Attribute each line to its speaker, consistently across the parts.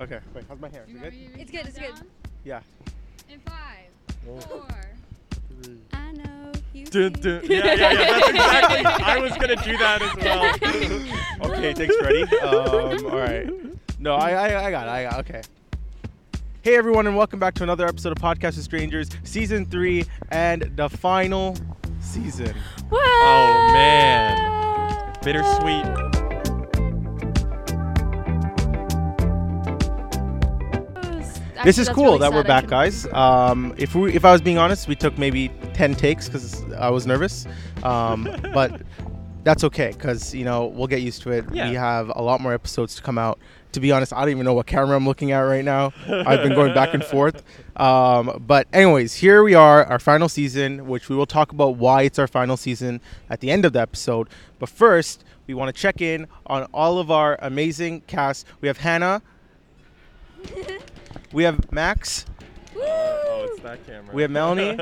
Speaker 1: Okay, wait, how's my hair? Is
Speaker 2: You
Speaker 1: it
Speaker 2: remember
Speaker 1: good?
Speaker 2: you
Speaker 3: It's
Speaker 2: can
Speaker 3: good, it's
Speaker 2: count
Speaker 3: good.
Speaker 2: down?
Speaker 1: Yeah.
Speaker 2: In five, four,
Speaker 3: I know you.
Speaker 1: Dun, dun. Yeah, yeah, yeah, that's exactly. I was gonna do that as well. Okay, thanks, Freddie. Um, all right. No, I, I, I got it. I got it. Okay. Hey, everyone, and welcome back to another episode of Podcast with Strangers, Season 3, and the final season.
Speaker 3: Whoa!
Speaker 4: Oh, man. Bittersweet.
Speaker 1: this is cool that we're back, guys. Um, if we, if I was being honest, we took maybe ten takes because I was nervous, um, but that's okay because you know we'll get used to it.
Speaker 4: Yeah.
Speaker 1: We have a lot more episodes to come out. To be honest, I don't even know what camera I'm looking at right now. I've been going back and forth. Um, but anyways, here we are, our final season, which we will talk about why it's our final season at the end of the episode. But first, we want to check in on all of our amazing cast. We have Hannah. We have Max.
Speaker 4: Oh, it's that camera.
Speaker 1: We have Melanie.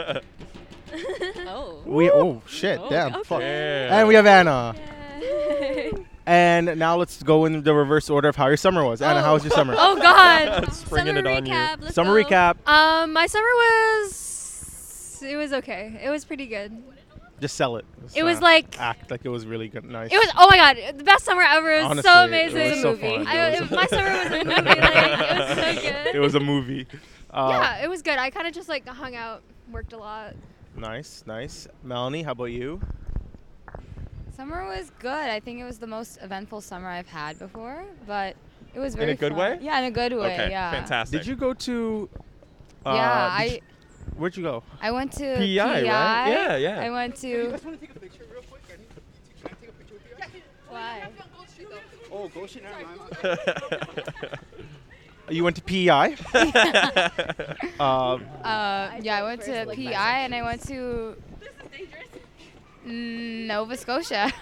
Speaker 3: oh.
Speaker 1: We oh shit, damn,
Speaker 3: okay.
Speaker 1: fuck.
Speaker 4: Yeah.
Speaker 1: And we have Anna.
Speaker 3: Yay.
Speaker 1: And now let's go in the reverse order of how your summer was. Anna, how was your summer?
Speaker 3: oh God.
Speaker 4: Springing
Speaker 3: Summer
Speaker 4: it on you.
Speaker 3: recap. Let's
Speaker 1: summer
Speaker 3: go.
Speaker 1: recap.
Speaker 3: Um, my summer was. It was okay. It was pretty good.
Speaker 1: Just sell it. Let's
Speaker 3: It was
Speaker 1: not
Speaker 3: like-
Speaker 1: act like it was really good. Nice.
Speaker 3: It was oh my god, the best summer ever. It was
Speaker 1: Honestly,
Speaker 3: so
Speaker 1: it
Speaker 3: amazing.
Speaker 1: was so fun.
Speaker 3: I,
Speaker 1: It
Speaker 3: it,
Speaker 1: was-
Speaker 3: my summer was a movie. Like, it was so good.
Speaker 1: It was a movie. Uh,
Speaker 3: yeah, it was good. I kind of just like hung out, worked a lot.
Speaker 1: Nice, nice. Melanie, how about you?
Speaker 2: Summer was good. I think it was the most eventful summer I've had before, but it was very
Speaker 4: a good
Speaker 2: fun.
Speaker 4: way?
Speaker 2: Yeah, in a good way.
Speaker 4: Okay,
Speaker 2: yeah.
Speaker 4: fantastic.
Speaker 1: Did you go to? Uh,
Speaker 2: yeah,
Speaker 1: did
Speaker 2: I
Speaker 1: you- where'd you go?
Speaker 2: I went to
Speaker 4: PI, right? Yeah, yeah.
Speaker 2: I went to
Speaker 5: want to take a picture real quick? I need to can I take a picture with you guys?
Speaker 2: why?
Speaker 5: Oh, go shit. never mind.
Speaker 1: You went to E PEI. uh,
Speaker 2: Uh, yeah, I went
Speaker 3: first,
Speaker 2: to
Speaker 3: like, my
Speaker 2: PI and I went to Nova Scotia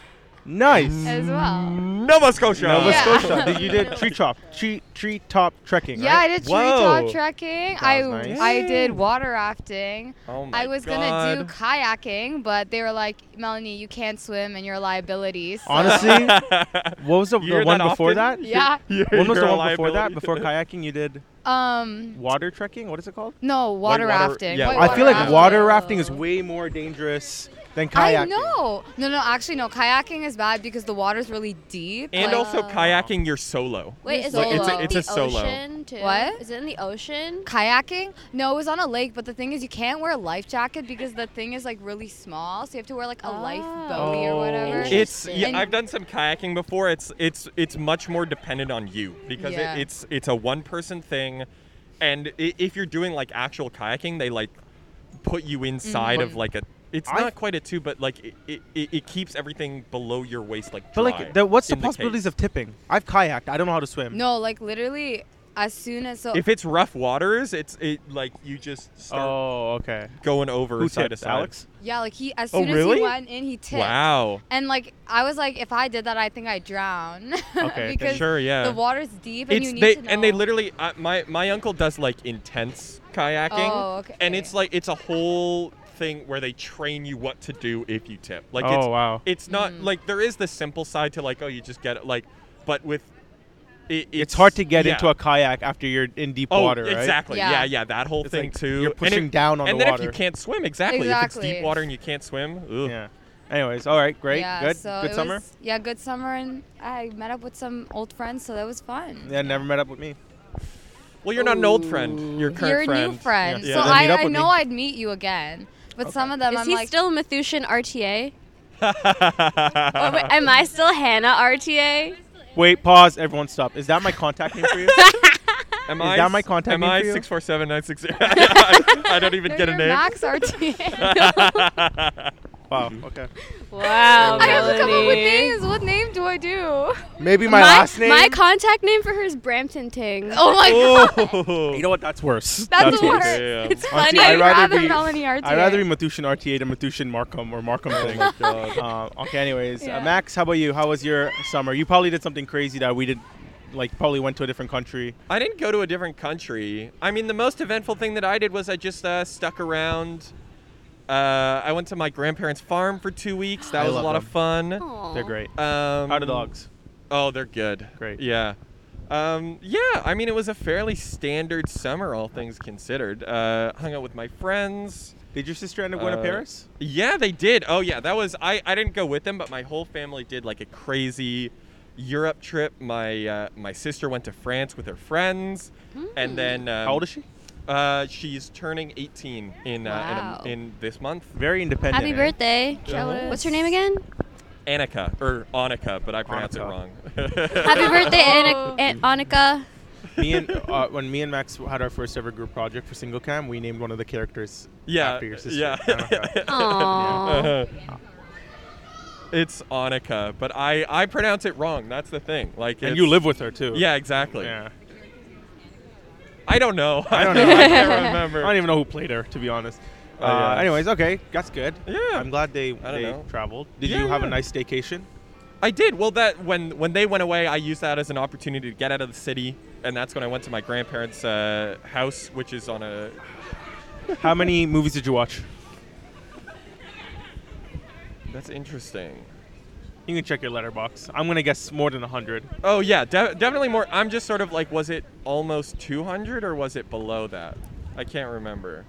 Speaker 1: nice.
Speaker 2: as well.
Speaker 4: Nova Scotia.
Speaker 1: Nova
Speaker 2: Yeah.
Speaker 1: Scotia. Did you did tree top tree tree top trekking?
Speaker 2: Yeah, I
Speaker 1: right?
Speaker 2: did tree
Speaker 4: Whoa.
Speaker 2: top trekking. I
Speaker 1: That was nice.
Speaker 2: I did water rafting.
Speaker 4: Oh my
Speaker 2: I was
Speaker 4: God.
Speaker 2: gonna do kayaking, but they were like, Melanie, you can't swim and your liabilities.
Speaker 1: Honestly, what was the,
Speaker 4: You
Speaker 1: the
Speaker 4: hear
Speaker 1: one
Speaker 4: that
Speaker 1: before
Speaker 4: often?
Speaker 1: that?
Speaker 2: Yeah.
Speaker 4: You're-
Speaker 1: When was
Speaker 4: you're
Speaker 1: the
Speaker 4: a
Speaker 1: one before that?
Speaker 4: liability.
Speaker 1: Before kayaking, you did
Speaker 2: Um.
Speaker 1: water trekking. What is it called?
Speaker 2: No, water
Speaker 4: water-
Speaker 2: rafting.
Speaker 4: yeah,
Speaker 2: White
Speaker 4: water
Speaker 1: I feel like
Speaker 4: rafting.
Speaker 1: water rafting is way more dangerous than kayaking.
Speaker 2: I know. No, no, actually, no. Kayaking is bad because the water's really deep.
Speaker 4: and
Speaker 2: like- uh,
Speaker 4: also kayaking, you're solo.
Speaker 3: Wait, is
Speaker 2: Like,
Speaker 3: it
Speaker 2: it's a-
Speaker 3: like
Speaker 4: it's
Speaker 3: the
Speaker 4: a solo.
Speaker 3: ocean too?
Speaker 2: What?
Speaker 3: Is it in the ocean?
Speaker 2: kayaking. No, it was on a lake, but the thing is, you can't wear a life jacket because the thing is like really small, so you have to wear like a life buoy or
Speaker 1: Oh.
Speaker 2: whatever.
Speaker 4: It's
Speaker 3: Interesting.
Speaker 4: yeah, I've done some kayaking before. It's it's it's much more dependent on you because
Speaker 2: Yeah.
Speaker 4: it, it's it's a one person thing, and i- if you're doing like actual kayaking, they like put you inside
Speaker 1: Mm-hmm.
Speaker 4: of like a. It's
Speaker 1: I-
Speaker 4: not quite a tube, but like it, it, it it keeps everything below your waist like.
Speaker 1: But
Speaker 4: dry
Speaker 1: like, the, what's the
Speaker 4: in cave.
Speaker 1: possibilities of tipping? I've kayaked. I don't know how to swim.
Speaker 2: no, like literally, as soon as so.
Speaker 4: If it's rough waters, it's it like you just start
Speaker 1: Oh, okay.
Speaker 4: going over
Speaker 1: Who tipped,
Speaker 4: side to side.
Speaker 1: Alex?
Speaker 2: yeah, like he as
Speaker 1: Oh,
Speaker 2: soon as
Speaker 1: really?
Speaker 2: he went in, he tipped.
Speaker 4: Wow.
Speaker 2: And like I was like, if I did that, I think I'd drown.
Speaker 1: Okay,
Speaker 2: because
Speaker 4: sure, yeah.
Speaker 2: The water's deep, and
Speaker 4: it's
Speaker 2: you need
Speaker 4: they
Speaker 2: to know.
Speaker 4: and they literally uh, my my uncle does like intense kayaking
Speaker 2: Oh, okay.
Speaker 4: and it's like it's a whole thing where they train you what to do if you tip like it's
Speaker 1: oh wow.
Speaker 4: it's not
Speaker 2: Mm-hmm.
Speaker 4: like there is the simple side to like oh you just get it like but with it,
Speaker 1: It's, hard to get
Speaker 4: yeah.
Speaker 1: into a kayak after you're in deep
Speaker 4: Oh,
Speaker 1: water, right?
Speaker 4: exactly.
Speaker 2: Yeah.
Speaker 4: Yeah. yeah, that whole
Speaker 1: It's
Speaker 4: thing
Speaker 1: like
Speaker 4: too.
Speaker 1: you're
Speaker 4: And
Speaker 1: pushing
Speaker 4: if-
Speaker 1: down on
Speaker 4: and
Speaker 1: the
Speaker 4: then if
Speaker 1: water.
Speaker 4: you can't swim, exactly. If it's
Speaker 2: Exactly.
Speaker 4: deep water and you can't swim, ugh.
Speaker 1: Yeah. Anyways, all right, great,
Speaker 2: yeah,
Speaker 1: good,
Speaker 2: so
Speaker 1: good
Speaker 2: it
Speaker 1: summer.
Speaker 2: was- yeah, good summer, and I met up with some old friends, so that was fun.
Speaker 1: Yeah, never met up with me.
Speaker 4: Well, you're not an old friend. You're a current
Speaker 2: You're a
Speaker 4: friend.
Speaker 2: new friend.
Speaker 4: Yeah.
Speaker 2: So
Speaker 1: Yeah, then meet
Speaker 2: I,
Speaker 1: up
Speaker 2: I
Speaker 1: with
Speaker 2: know
Speaker 1: me.
Speaker 2: I'd meet you again. But some of them
Speaker 3: Is
Speaker 2: Um, I'm
Speaker 3: he
Speaker 2: like
Speaker 3: still Methushan RTA? Or Oh, wait, am I still Hannah RTA?
Speaker 1: Wait, pause. Everyone, stop. Is that my contact name for you?
Speaker 4: Am
Speaker 1: Is
Speaker 4: I
Speaker 1: that my
Speaker 4: s-
Speaker 1: contact
Speaker 4: Am
Speaker 1: name
Speaker 4: I
Speaker 1: for you?
Speaker 4: six four seven nine six zero? I don't even
Speaker 2: "No,
Speaker 4: get a
Speaker 2: you're
Speaker 4: name.
Speaker 2: Max RTA.
Speaker 1: wow. Okay.
Speaker 3: Wow.
Speaker 2: I have to come up with
Speaker 3: Melanie.
Speaker 2: names. What name do I do?
Speaker 1: Maybe my, last name.
Speaker 3: My contact name for her is Brampton Ting.
Speaker 2: Oh my god.
Speaker 4: Oh.
Speaker 1: you know what? That's worse.
Speaker 2: That's the
Speaker 1: worse.
Speaker 2: worst.
Speaker 4: Damn.
Speaker 2: It's
Speaker 1: Auntie,
Speaker 2: funny.
Speaker 1: I'd
Speaker 2: I'd
Speaker 1: rather
Speaker 2: rather
Speaker 1: be-
Speaker 2: Melanie RTA.
Speaker 1: I'd rather be Matushin RTA than Matushin Markham or Markham thing. Uh, okay, anyways, uh,
Speaker 2: Yeah.
Speaker 1: Max, how about you? How was your summer? You probably did something crazy that we did, like probably went to a different country.
Speaker 4: I didn't go to a different country. I mean, the most eventful thing that I did was I just uh, stuck around. Uh, I went to my grandparents' farm for two weeks. That
Speaker 1: I
Speaker 4: was a
Speaker 1: love
Speaker 4: lot of fun.
Speaker 3: Aw.
Speaker 1: They're great.
Speaker 4: Um,
Speaker 1: How are the dogs?
Speaker 4: Oh, they're good.
Speaker 1: Great.
Speaker 4: Yeah. Um, yeah, I mean, it was a fairly standard summer, all things considered. Uh, hung out with my friends.
Speaker 1: Did your sister end up going to
Speaker 4: Uh,
Speaker 1: Paris?
Speaker 4: Yeah, they did. Oh yeah, that was I. I didn't go with them, but my whole family did like a crazy Europe trip. My uh, my sister went to France with her friends,
Speaker 3: Hmm.
Speaker 4: and then um,
Speaker 1: How old is she?
Speaker 4: Uh, she's turning 18 in uh,
Speaker 2: Wow.
Speaker 4: in, a, in this month.
Speaker 1: Very independent.
Speaker 3: Happy
Speaker 1: eh?
Speaker 3: birthday.
Speaker 2: Jealous.
Speaker 3: What's your name again?
Speaker 4: Annika or Annika, but I pronounced
Speaker 1: Annika.
Speaker 4: it wrong.
Speaker 3: Happy birthday,
Speaker 2: Oh.
Speaker 3: Anna, An- Annika.
Speaker 1: me and uh, when me and Max had our first ever group project for single cam, we named one of the characters
Speaker 4: yeah,
Speaker 1: after your sister. Oh,
Speaker 4: yeah.
Speaker 1: Annika.
Speaker 3: Aww.
Speaker 4: Uh, it's Annika, but I I pronounce it wrong. That's the thing. Like,
Speaker 1: and
Speaker 4: it's-
Speaker 1: you live with her too.
Speaker 4: Yeah, exactly.
Speaker 1: Yeah.
Speaker 4: I don't know.
Speaker 1: I don't know.
Speaker 4: I can't remember.
Speaker 1: I don't even know who played her to be honest.
Speaker 4: Oh,
Speaker 1: uh,
Speaker 4: yeah.
Speaker 1: Anyways, okay, that's good.
Speaker 4: Yeah.
Speaker 1: I'm glad they
Speaker 4: don't
Speaker 1: they
Speaker 4: know.
Speaker 1: traveled. Did
Speaker 4: Yeah,
Speaker 1: you have
Speaker 4: yeah.
Speaker 1: a nice staycation?
Speaker 4: I did. Well, that when when they went away, I used that as an opportunity to get out of the city, and that's when I went to my grandparents' uh, house, which is on a.
Speaker 1: How many movies did you watch?
Speaker 4: That's interesting.
Speaker 1: You can check your letterbox. I'm gonna guess more than hundred.
Speaker 4: Oh yeah, de- definitely more. I'm just sort of like, was it almost 200 or was it below that? I can't remember.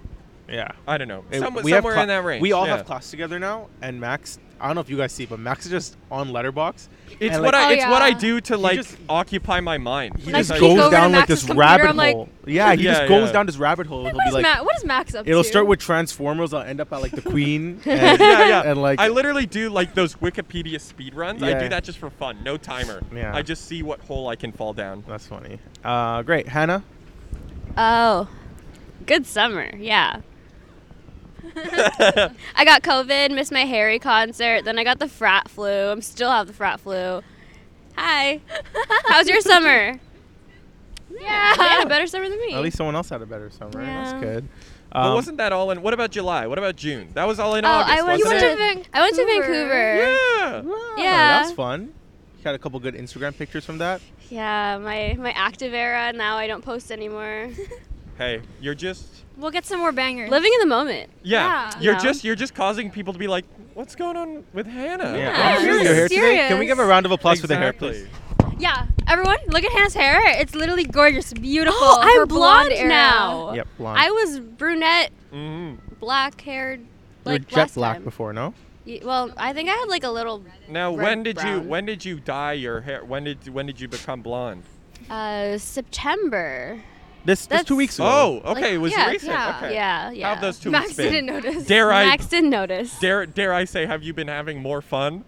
Speaker 1: Yeah.
Speaker 4: I don't know.
Speaker 1: It-
Speaker 4: Some-
Speaker 1: we have
Speaker 4: Uh, somewhere
Speaker 1: cla-
Speaker 4: in that range.
Speaker 1: We all
Speaker 4: yeah.
Speaker 1: have class together now, and Max. I don't know if you guys see, but Max is just on letterbox.
Speaker 4: It's
Speaker 1: and,
Speaker 4: what
Speaker 1: like,
Speaker 4: I.
Speaker 2: Oh,
Speaker 4: It's what I
Speaker 2: yeah.
Speaker 4: do to like
Speaker 1: just-
Speaker 4: occupy my mind.
Speaker 1: He
Speaker 3: I
Speaker 1: just
Speaker 4: Because I-
Speaker 3: peek
Speaker 1: goes
Speaker 3: over
Speaker 1: down
Speaker 3: to
Speaker 1: like this
Speaker 3: Max's computer,
Speaker 1: rabbit
Speaker 3: I'm like-
Speaker 1: hole. yeah, he just
Speaker 4: Yeah,
Speaker 1: goes
Speaker 4: yeah.
Speaker 1: down this rabbit hole. He'll
Speaker 3: What
Speaker 1: be
Speaker 3: is,
Speaker 1: like,
Speaker 3: Ma- what is Max up
Speaker 1: it'll
Speaker 3: to?
Speaker 1: start with Transformers. I'll end up at like the Queen. And,
Speaker 4: yeah, yeah.
Speaker 1: and like
Speaker 4: I literally do like those Wikipedia speed runs. I do
Speaker 1: Yeah.
Speaker 4: that just for fun, no timer.
Speaker 1: Yeah.
Speaker 4: I just see what hole I can fall down.
Speaker 1: that's funny. Uh, great, Hannah.
Speaker 3: Oh, good summer. Yeah. I got COVID, missed my Harry concert, then I got the frat flu. I'm still have the frat flu. Hi. How's your summer? yeah. You had a better summer than me.
Speaker 1: At least someone else had a better summer.
Speaker 3: Yeah.
Speaker 1: That's good.
Speaker 4: But
Speaker 1: Um,
Speaker 4: wasn't that all in? What about July? What about June? That was all in
Speaker 3: oh,
Speaker 4: August.
Speaker 3: I went,
Speaker 4: wasn't
Speaker 3: to,
Speaker 4: it?
Speaker 2: it?
Speaker 3: I went to
Speaker 2: Vancouver.
Speaker 3: Vancouver.
Speaker 4: Yeah.
Speaker 1: wow,
Speaker 3: Yeah.
Speaker 1: oh, That's fun. You had a couple good Instagram pictures from that.
Speaker 3: Yeah, my, my active era, now I don't post anymore.
Speaker 4: Hey, you're just.
Speaker 6: We'll get some more bangers.
Speaker 3: Living in the moment.
Speaker 4: Yeah,
Speaker 6: Yeah.
Speaker 4: you're
Speaker 3: Yeah.
Speaker 4: just you're just causing people to be like, what's going on with Hannah?
Speaker 1: Oh,
Speaker 3: this
Speaker 1: really?
Speaker 3: is
Speaker 1: Your hair today? Can we
Speaker 6: serious.
Speaker 1: give a round of applause for the hair,
Speaker 4: Exactly.
Speaker 1: please?
Speaker 6: yeah, everyone, look at Hannah's hair. It's literally gorgeous, beautiful.
Speaker 3: Oh, I'm
Speaker 6: Her
Speaker 3: blonde,
Speaker 6: era.
Speaker 3: now.
Speaker 1: Yep, blonde.
Speaker 3: I was brunette,
Speaker 4: Mhm.
Speaker 3: black haired,
Speaker 1: you were
Speaker 3: like
Speaker 1: jet
Speaker 3: last
Speaker 1: black
Speaker 3: time.
Speaker 1: before, no?
Speaker 3: Ye- Well, I think I had like a little
Speaker 4: Now,
Speaker 3: Red,
Speaker 4: when did you
Speaker 3: brown.
Speaker 4: when did you dye your hair? When did when did you become blonde?
Speaker 3: uh September.
Speaker 1: This, this
Speaker 3: That's-
Speaker 1: two weeks ago.
Speaker 4: Oh, okay, it was
Speaker 3: yeah,
Speaker 4: recent.
Speaker 6: yeah,
Speaker 4: okay.
Speaker 3: Yeah, yeah.
Speaker 4: How've those two
Speaker 6: Max
Speaker 4: weeks been?
Speaker 6: didn't notice.
Speaker 4: Dare I
Speaker 3: Max didn't notice.
Speaker 4: dare dare I say, have you been having more fun?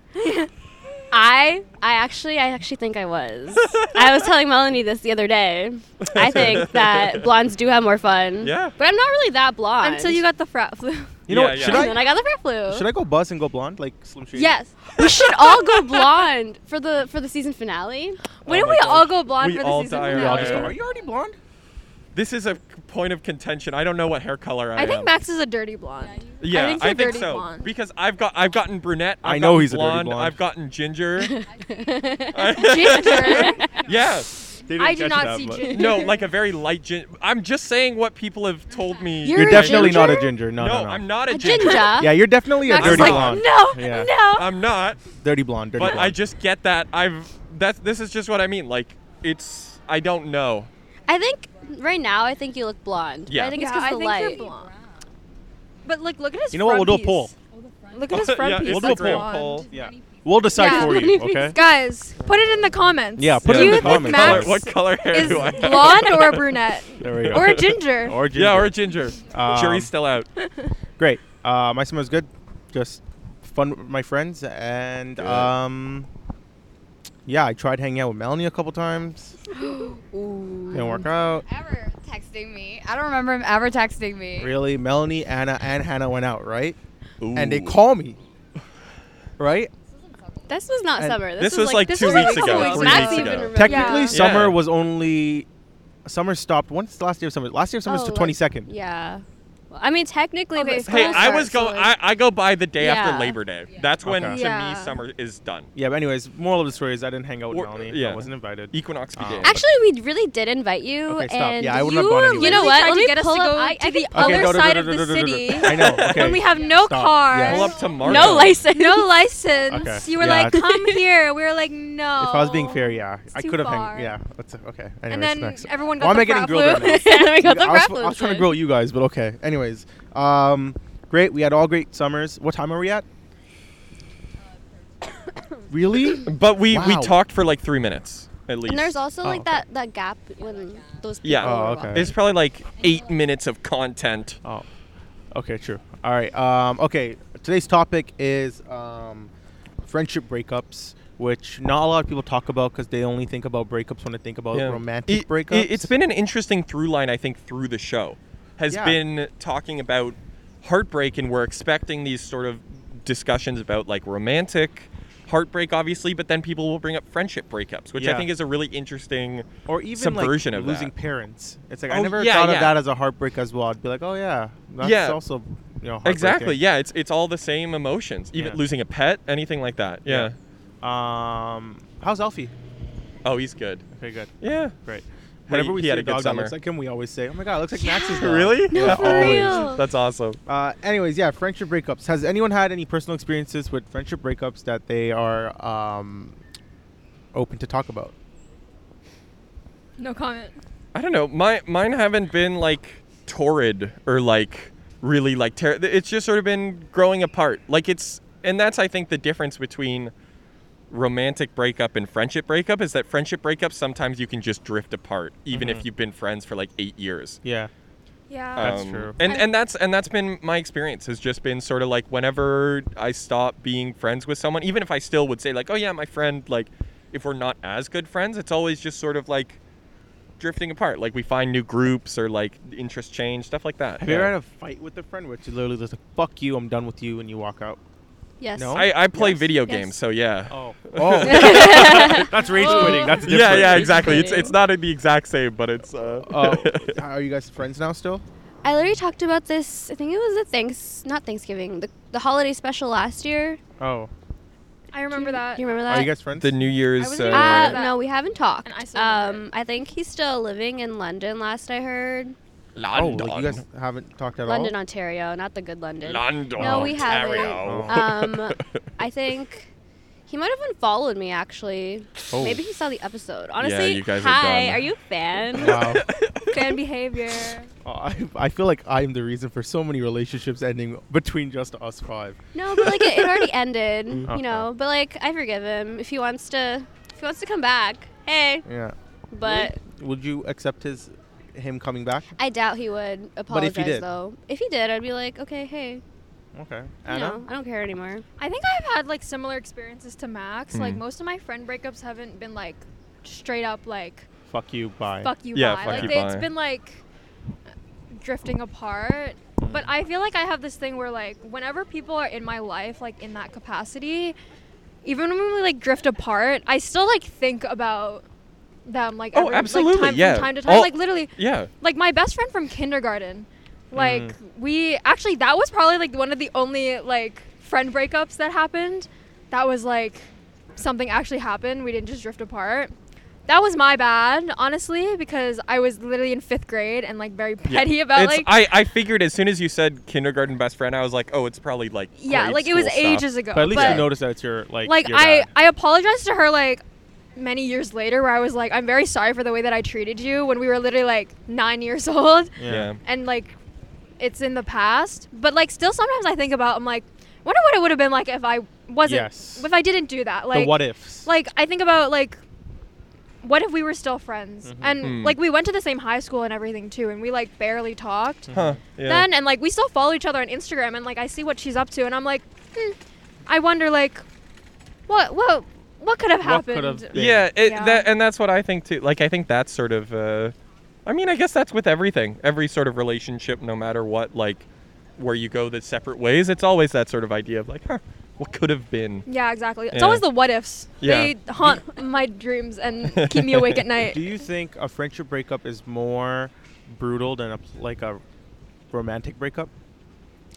Speaker 3: I I actually I actually think I was. I was telling Melanie this the other day. I think that blondes do have more fun.
Speaker 4: Yeah.
Speaker 3: But I'm not really that blonde.
Speaker 6: Until you got the frat flu.
Speaker 1: You know
Speaker 4: Yeah,
Speaker 1: what?
Speaker 4: yeah.
Speaker 1: Should
Speaker 3: and then
Speaker 1: I
Speaker 3: I got the frat flu.
Speaker 1: should I go buzz and go blonde like Slim Shady?
Speaker 3: Yes. We should all go blonde for the for the season finale.
Speaker 4: Oh
Speaker 3: Why don't
Speaker 4: my
Speaker 3: we
Speaker 4: gosh.
Speaker 3: all go blonde
Speaker 4: We
Speaker 3: for
Speaker 4: all
Speaker 3: the season
Speaker 4: dye our
Speaker 1: We all
Speaker 3: finale?
Speaker 1: just go,
Speaker 4: Yeah.
Speaker 1: Are you already blonde?
Speaker 4: This is a c- point of contention. I don't know what hair color I,
Speaker 6: I think
Speaker 4: am.
Speaker 6: Max is a dirty blonde.
Speaker 4: yeah,
Speaker 6: I think, you're dirty
Speaker 4: so
Speaker 6: blonde.
Speaker 4: because I've got I've gotten brunette. I've
Speaker 1: I know
Speaker 4: gotten
Speaker 1: he's a dirty
Speaker 4: blonde,
Speaker 1: blonde.
Speaker 4: I've gotten ginger.
Speaker 6: Ginger.
Speaker 4: yeah,
Speaker 6: I do not see ginger.
Speaker 4: no, like a very light ginger. I'm just saying what people have told me.
Speaker 6: You're
Speaker 1: You're
Speaker 6: a
Speaker 1: definitely
Speaker 6: ginger?
Speaker 1: not a ginger. No,
Speaker 4: no,
Speaker 1: no, no.
Speaker 4: I'm not a,
Speaker 3: A
Speaker 4: ginger.
Speaker 3: ginger.
Speaker 1: Yeah, you're definitely a
Speaker 3: Max is
Speaker 1: dirty
Speaker 3: like,
Speaker 1: blonde.
Speaker 3: No,
Speaker 1: Yeah.
Speaker 3: no.
Speaker 4: I'm not,
Speaker 1: Dirty blonde. Dirty
Speaker 4: but
Speaker 1: blonde.
Speaker 4: I just get that. I've that's this is just what I mean. Like it's I don't know.
Speaker 3: I think right now I think you look blonde.
Speaker 4: Yeah.
Speaker 3: I think it's
Speaker 6: Yeah,
Speaker 3: because
Speaker 6: I
Speaker 3: the
Speaker 6: think
Speaker 3: light.
Speaker 6: you're blonde. But like, look at his.
Speaker 1: you know what? We'll
Speaker 6: front
Speaker 1: do a
Speaker 6: piece.
Speaker 1: poll.
Speaker 6: Look at his
Speaker 4: Yeah,
Speaker 6: front piece.
Speaker 4: it's
Speaker 1: We'll do a
Speaker 6: It's
Speaker 4: Instagram
Speaker 1: poll.
Speaker 4: poll.
Speaker 6: blonde.
Speaker 1: Yeah. We'll decide
Speaker 6: Yeah.
Speaker 1: for you. Okay.
Speaker 6: Guys, put it in the comments.
Speaker 1: Yeah, put
Speaker 4: Yeah.
Speaker 6: do
Speaker 1: it
Speaker 6: you
Speaker 1: in the
Speaker 6: think
Speaker 1: comments.
Speaker 6: Max
Speaker 4: What color hair
Speaker 6: is
Speaker 4: do I have?
Speaker 6: blonde or brunette
Speaker 1: There we go.
Speaker 6: or ginger?
Speaker 1: Or ginger.
Speaker 4: Yeah, or ginger.
Speaker 1: Um,
Speaker 4: Jury's still out.
Speaker 1: Great. Uh, my summer's good. Just fun with my friends and
Speaker 4: Good.
Speaker 1: um. Yeah, I tried hanging out with Melanie a couple times. Didn't work
Speaker 6: Mm.
Speaker 1: out.
Speaker 2: Ever texting me? I don't remember him ever texting me.
Speaker 1: Really, Melanie, Anna, and Hannah went out, right? And they
Speaker 4: Ooh.
Speaker 1: call me, right?
Speaker 3: This was not
Speaker 1: And
Speaker 3: summer. This,
Speaker 4: this was like
Speaker 3: this
Speaker 4: two
Speaker 3: was
Speaker 4: weeks
Speaker 3: a couple
Speaker 4: ago,
Speaker 3: weeks
Speaker 4: three
Speaker 3: Max
Speaker 4: weeks
Speaker 3: even
Speaker 4: ago.
Speaker 3: remember-
Speaker 1: Technically,
Speaker 6: Yeah.
Speaker 1: summer
Speaker 4: Yeah.
Speaker 1: was only summer stopped. When's the last day of summer? Last day of summer was
Speaker 3: Oh,
Speaker 1: the
Speaker 3: like-
Speaker 1: twenty second.
Speaker 3: Yeah. I mean, technically,
Speaker 2: Okay,
Speaker 3: but
Speaker 2: so-
Speaker 4: Hey,
Speaker 3: school
Speaker 4: I was
Speaker 3: starts,
Speaker 4: going.
Speaker 3: so,
Speaker 4: I,
Speaker 3: like-
Speaker 4: I go by the day after
Speaker 3: Yeah.
Speaker 4: Labor Day. That's when
Speaker 1: Okay.
Speaker 4: to
Speaker 6: Yeah.
Speaker 4: me summer is done.
Speaker 1: Yeah, but anyways, moral of the story is I didn't hang out with
Speaker 4: Or-
Speaker 1: Melanie.
Speaker 4: yeah.
Speaker 1: I wasn't invited.
Speaker 4: Equinox
Speaker 1: Um,
Speaker 4: began.
Speaker 3: Actually, we really did invite you,
Speaker 1: Okay, stop.
Speaker 3: and
Speaker 1: Yeah, I would
Speaker 3: you
Speaker 1: not gone
Speaker 3: were
Speaker 1: anyway.
Speaker 3: You know
Speaker 6: Literally
Speaker 3: what?
Speaker 6: tried
Speaker 3: Let
Speaker 6: to
Speaker 3: me
Speaker 6: get us
Speaker 3: pull
Speaker 6: to
Speaker 3: up.
Speaker 6: go
Speaker 3: I,
Speaker 6: to
Speaker 3: I
Speaker 6: the
Speaker 3: can-
Speaker 6: other
Speaker 1: go, go,
Speaker 6: side
Speaker 1: go,
Speaker 6: of
Speaker 1: go,
Speaker 6: the
Speaker 1: go, go, go, go.
Speaker 6: city.
Speaker 1: I know. Okay.
Speaker 6: When we have no
Speaker 1: Stop.
Speaker 6: cars,
Speaker 1: Yes.
Speaker 4: Pull up to Marco.
Speaker 3: no license.
Speaker 6: no license.
Speaker 1: Okay.
Speaker 6: You were
Speaker 1: Yeah.
Speaker 6: like, "Come here." We were like, "No."
Speaker 1: If I was being fair, yeah,
Speaker 6: It's
Speaker 1: I
Speaker 6: too
Speaker 1: could have hung.
Speaker 6: far.
Speaker 1: Yeah, that's okay. Anyways, Oh,
Speaker 6: and then
Speaker 1: next.
Speaker 6: everyone got
Speaker 1: Why am
Speaker 6: the
Speaker 1: I getting
Speaker 6: frat
Speaker 1: grilled right
Speaker 6: flu.
Speaker 1: now?
Speaker 3: and we got the
Speaker 1: I was,
Speaker 3: rap
Speaker 1: I was trying to grill you guys, but okay. Anyways, um, great. We had all great summers. What time are we at? really?
Speaker 4: But we we
Speaker 1: Wow.
Speaker 4: talked for like three minutes at least.
Speaker 3: And there's also
Speaker 1: Oh,
Speaker 3: like
Speaker 1: okay.
Speaker 3: that that gap when those people
Speaker 4: Yeah.
Speaker 3: were
Speaker 1: Oh, okay.
Speaker 3: walking.
Speaker 4: It's probably like eight minutes of content.
Speaker 1: Oh, okay, true. All right. Um, okay, today's topic is um, friendship breakups, which not a lot of people talk about because they only think about breakups when they think about
Speaker 4: Yeah.
Speaker 1: Oh, romantic
Speaker 4: It-
Speaker 1: breakups.
Speaker 4: It, has been an interesting through line, I think, through the show, has
Speaker 1: Yeah.
Speaker 4: been talking about heartbreak, and we're expecting these sort of discussions about like romantic heartbreak, obviously, but then people will bring up friendship breakups, which I
Speaker 1: Yeah.
Speaker 4: think is a really interesting.
Speaker 1: or even like
Speaker 4: subversion of
Speaker 1: losing
Speaker 4: that.
Speaker 1: parents. It's like I
Speaker 4: Oh,
Speaker 1: never
Speaker 4: yeah,
Speaker 1: thought
Speaker 4: yeah.
Speaker 1: of that as a heartbreak as well. I'd be like, oh yeah, that's
Speaker 4: Yeah.
Speaker 1: also you know
Speaker 4: Exactly.
Speaker 1: heartbreaking.
Speaker 4: Yeah. It's it's all the same emotions. Even
Speaker 1: Yeah.
Speaker 4: losing a pet, anything like that. Yeah.
Speaker 1: Um, how's Alfie?
Speaker 4: Oh, he's good.
Speaker 1: Okay, good.
Speaker 4: Yeah.
Speaker 1: Great.
Speaker 4: he-
Speaker 1: Whenever we
Speaker 4: he
Speaker 1: see
Speaker 4: had
Speaker 1: a
Speaker 4: a good
Speaker 1: dog that looks
Speaker 4: summer.
Speaker 1: like him, we always say, "Oh my god, it looks like Max's dog."
Speaker 4: Really?
Speaker 3: No,
Speaker 1: yeah,
Speaker 3: for
Speaker 1: always.
Speaker 3: real.
Speaker 4: That's awesome.
Speaker 1: Uh, anyways, yeah, friendship breakups. Has anyone had any personal experiences with friendship breakups that they are um, open to talk about?
Speaker 6: No comment.
Speaker 4: I don't know. My mine haven't been like torrid or like really like ter- it's just sort of been growing apart. Like it's and that's I think the difference between romantic breakup and friendship breakup is that friendship breakups sometimes you can just drift apart even if you've been friends for like 8 years.
Speaker 1: Yeah.
Speaker 6: Yeah.
Speaker 1: That's true.
Speaker 4: And and that's and that's been my experience has just been sort of like whenever I stop being friends with someone, even if I still would say like, oh yeah, my friend, like if we're not as good friends, it's always just sort of like drifting apart. Like we find new groups or like interests change, stuff like that.
Speaker 1: Have you ever had a fight with a friend where you literally just like, "Fuck you, I'm done with you," and you walk out?
Speaker 3: Yes.
Speaker 1: No?
Speaker 4: I, I play
Speaker 3: Yes,
Speaker 4: video
Speaker 3: yes.
Speaker 4: games, so yeah.
Speaker 1: Oh. Oh. That's rage
Speaker 3: Oh.
Speaker 1: quitting. That's different.
Speaker 4: yeah, yeah, exactly. It's it's not the exact same, but it's uh,
Speaker 1: Oh, are you guys friends now still?
Speaker 3: I literally talked about this. I think it was the thanks, not Thanksgiving, the, the holiday special last year.
Speaker 1: Oh.
Speaker 6: I remember that.
Speaker 3: Do you remember that?
Speaker 1: Are you guys friends?
Speaker 4: the New Year's.
Speaker 6: wasn't even
Speaker 3: uh,
Speaker 4: Uh,
Speaker 1: oh,
Speaker 6: that.
Speaker 3: no, we haven't talked.
Speaker 6: And I still remember
Speaker 3: um, I think he's still living in London. Last I heard,
Speaker 1: oh,
Speaker 4: London,
Speaker 1: like you guys haven't talked at
Speaker 3: London,
Speaker 1: all?
Speaker 3: Ontario, not the good London.
Speaker 4: London,
Speaker 3: No, we haven't.
Speaker 4: Ontario.
Speaker 3: Um, I think he might have unfollowed me actually.
Speaker 1: Oh.
Speaker 3: Maybe he saw the episode. Honestly,
Speaker 4: you guys are
Speaker 3: hi,
Speaker 4: done.
Speaker 3: are you a fan?
Speaker 1: Wow.
Speaker 6: Fan behavior.
Speaker 1: Oh, I, I feel like I'm the reason for so many relationships ending between just us five.
Speaker 3: No, but like it, it already ended,
Speaker 1: Okay.
Speaker 3: you know. But like I forgive him if he wants to. If he wants to come back, hey.
Speaker 1: Yeah.
Speaker 3: But
Speaker 1: Would you accept his him coming back?
Speaker 3: I doubt he would
Speaker 1: But
Speaker 3: apologize
Speaker 1: if he did.
Speaker 3: though. If he did, I'd be like, okay, hey,
Speaker 1: Okay.
Speaker 3: you
Speaker 1: Anna?
Speaker 3: know, I don't care anymore.
Speaker 6: I think I've had like similar experiences to Max.
Speaker 1: Mhm.
Speaker 6: Like
Speaker 4: Hmm.
Speaker 6: most of my friend breakups haven't been like straight up like
Speaker 1: Fuck you, bye.
Speaker 6: fuck you
Speaker 4: Yeah,
Speaker 6: bye.
Speaker 4: fuck
Speaker 6: like
Speaker 4: you,
Speaker 6: they- it's
Speaker 4: bye.
Speaker 6: been like drifting apart. But I feel like I have this thing where like whenever people are in my life like in that capacity, even when we like drift apart, I still like think about them like
Speaker 4: Oh,
Speaker 6: every, like,
Speaker 4: absolutely,
Speaker 6: time,
Speaker 4: yeah.
Speaker 6: from time to time
Speaker 4: All-
Speaker 6: like literally
Speaker 4: yeah.
Speaker 6: like my best friend from kindergarten like we actually that was probably like one of the only like friend breakups that happened that was like something actually happened we didn't just drift apart that was my bad honestly because i was literally in fifth grade and like very
Speaker 4: Yeah.
Speaker 6: petty about
Speaker 4: It's-
Speaker 6: like
Speaker 4: I, I figured as soon as you said kindergarten best friend, I was like, oh, it's probably like
Speaker 6: yeah
Speaker 4: grade
Speaker 6: like it was
Speaker 4: school stuff.
Speaker 6: ages ago
Speaker 1: But at least
Speaker 6: but,
Speaker 1: you noticed that it's your like.
Speaker 6: like
Speaker 1: your
Speaker 6: i
Speaker 1: bad.
Speaker 6: i apologized to her like many years later where i was like i'm very sorry for the way that i treated you when we were literally like nine years old
Speaker 4: Yeah.
Speaker 6: and like it's in the past but like still sometimes i think about i'm like wonder what it would have been like if i wasn't
Speaker 1: Yes.
Speaker 6: if i didn't do that
Speaker 1: the
Speaker 6: like
Speaker 1: what ifs.
Speaker 6: like i think about like what if we were still friends
Speaker 1: Mm-hmm.
Speaker 6: and
Speaker 4: Mm.
Speaker 6: like we went to the same high school and everything too and we like barely talked
Speaker 4: Huh. Yeah.
Speaker 6: then and like we still follow each other on instagram and like i see what she's up to and i'm like hmm, i wonder like what what what could have
Speaker 1: What could
Speaker 6: happened
Speaker 1: have been?
Speaker 4: yeah, it,
Speaker 6: Yeah.
Speaker 4: That, and that's what I think too. Like, I think that's sort of, uh, I mean, I guess that's with everything, every sort of relationship, no matter what, like, where you go the separate ways, it's always that sort of idea of like, huh, what could have been.
Speaker 6: yeah exactly it's
Speaker 4: Yeah.
Speaker 6: always the what ifs
Speaker 4: Yeah.
Speaker 6: they haunt my dreams and keep me awake at night
Speaker 1: Do you think a friendship breakup is more brutal than a like a romantic breakup?